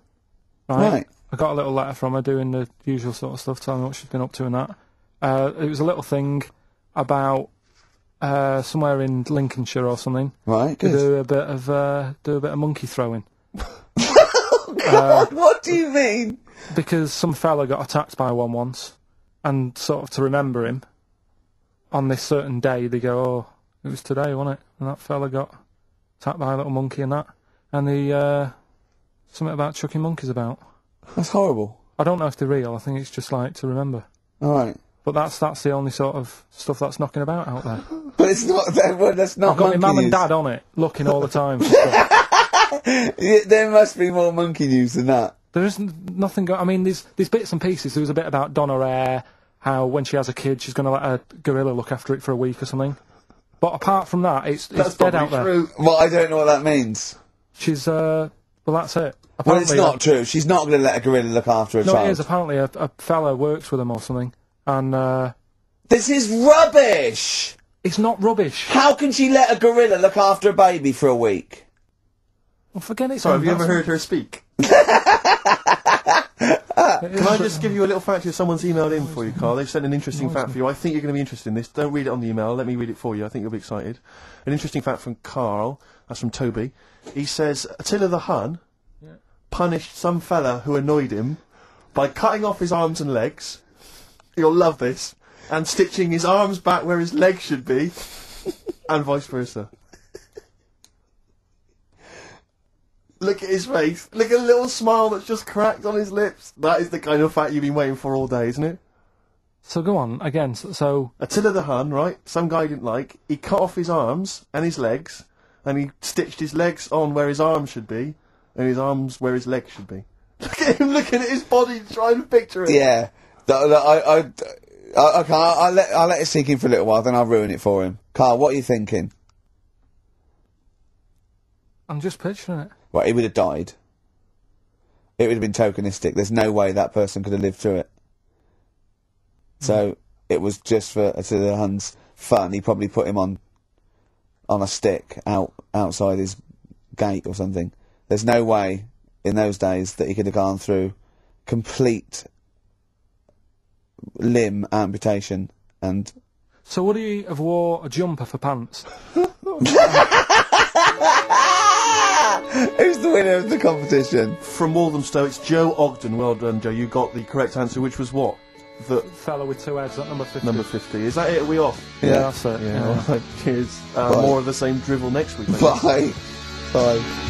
Right.
Right.
I got a little letter from her doing the usual sort of stuff, telling me what she's been up to and that. Uh, it was a little thing about uh, somewhere in Lincolnshire or something.
Right,
To
good.
do a bit of uh, do a bit of monkey throwing
God, what do you mean?
because some fella got attacked by one once, and sort of to remember him on this certain day, they go, "Oh, it was today, wasn't it?" And that fella got attacked by a little monkey and that, and the uh, something about chucking monkeys about.
That's horrible.
I don't know if they're real. I think it's just like to remember.
All right.
But that's that's the only sort of stuff that's knocking about out there.
But it's not, that, well, that's not
I've got my
monkey
mum and
news.
dad on it, looking all the time. for stuff.
Yeah, there must be more monkey news than that.
there isn't nothing. Go- I mean, there's there's bits and pieces. There was a bit about Donna Air, how when she has a kid, she's going to let a gorilla look after it for a week or something. But apart from that, it's it's dead out there.
Well, I don't know what that means.
She's uh, well, that's it.
Well, it's
Apparently, uh,
not true. She's not going to let a gorilla look after a
No,
child.
it is. Apparently, a, a fella works with him or something, and uh,
This is rubbish!
it's not rubbish.
How can she let a gorilla look after a baby for a week?
Well, forget it.
Sorry, have you
that's-
ever heard her speak?
it is
Can I
ru-
just give you a little fact here? Someone's emailed in for you, Carl. They've sent an interesting fact for you. I think you're going to be interested in this. Don't read it on the email. Let me read it for you. I think you'll be excited. An interesting fact from Carl. That's from Toby. He says Attila the Hun punished some fella who annoyed him by cutting off his arms and legs. You'll love this. And stitching his arms back where his legs should be, and vice versa. Look at his face. Look at the little smile that's just cracked on his lips. That is the kind of fact you've been waiting for all day, isn't it?
So go on again. So, so
Attila the Hun, right? Some guy didn't like. He cut off his arms and his legs, and he stitched his legs on where his arms should be, and his arms where his legs should be. Look at him looking at his body, trying to picture it.
Yeah. Th- th- I, I, I, okay, I'll, I'll let I'll let it sink in for a little while, then I'll ruin it for him. 'Cause Carl, what are you thinking?
I'm just picturing it.
Well, he would have died. It would have been tokenistic. There's no way that person could have lived through it. So it was just for uh, to the Hun's fun. He probably put him on on a stick out outside his gate or something. There's no way in those days that he could have gone through complete limb amputation and
So would he have wore a jumper for pants?
who's the winner of the competition?
From Walthamstow, it's Joe Ogden. Well done, Joe. You got the correct answer, which was what? The
Fella with two heads at number 50.
number 50. Is that it? Are we off?
yeah, that's it. yeah.
Alright, Cheers. Uh,
Bye.
more of the same drivel next week. maybe.
Bye. Bye.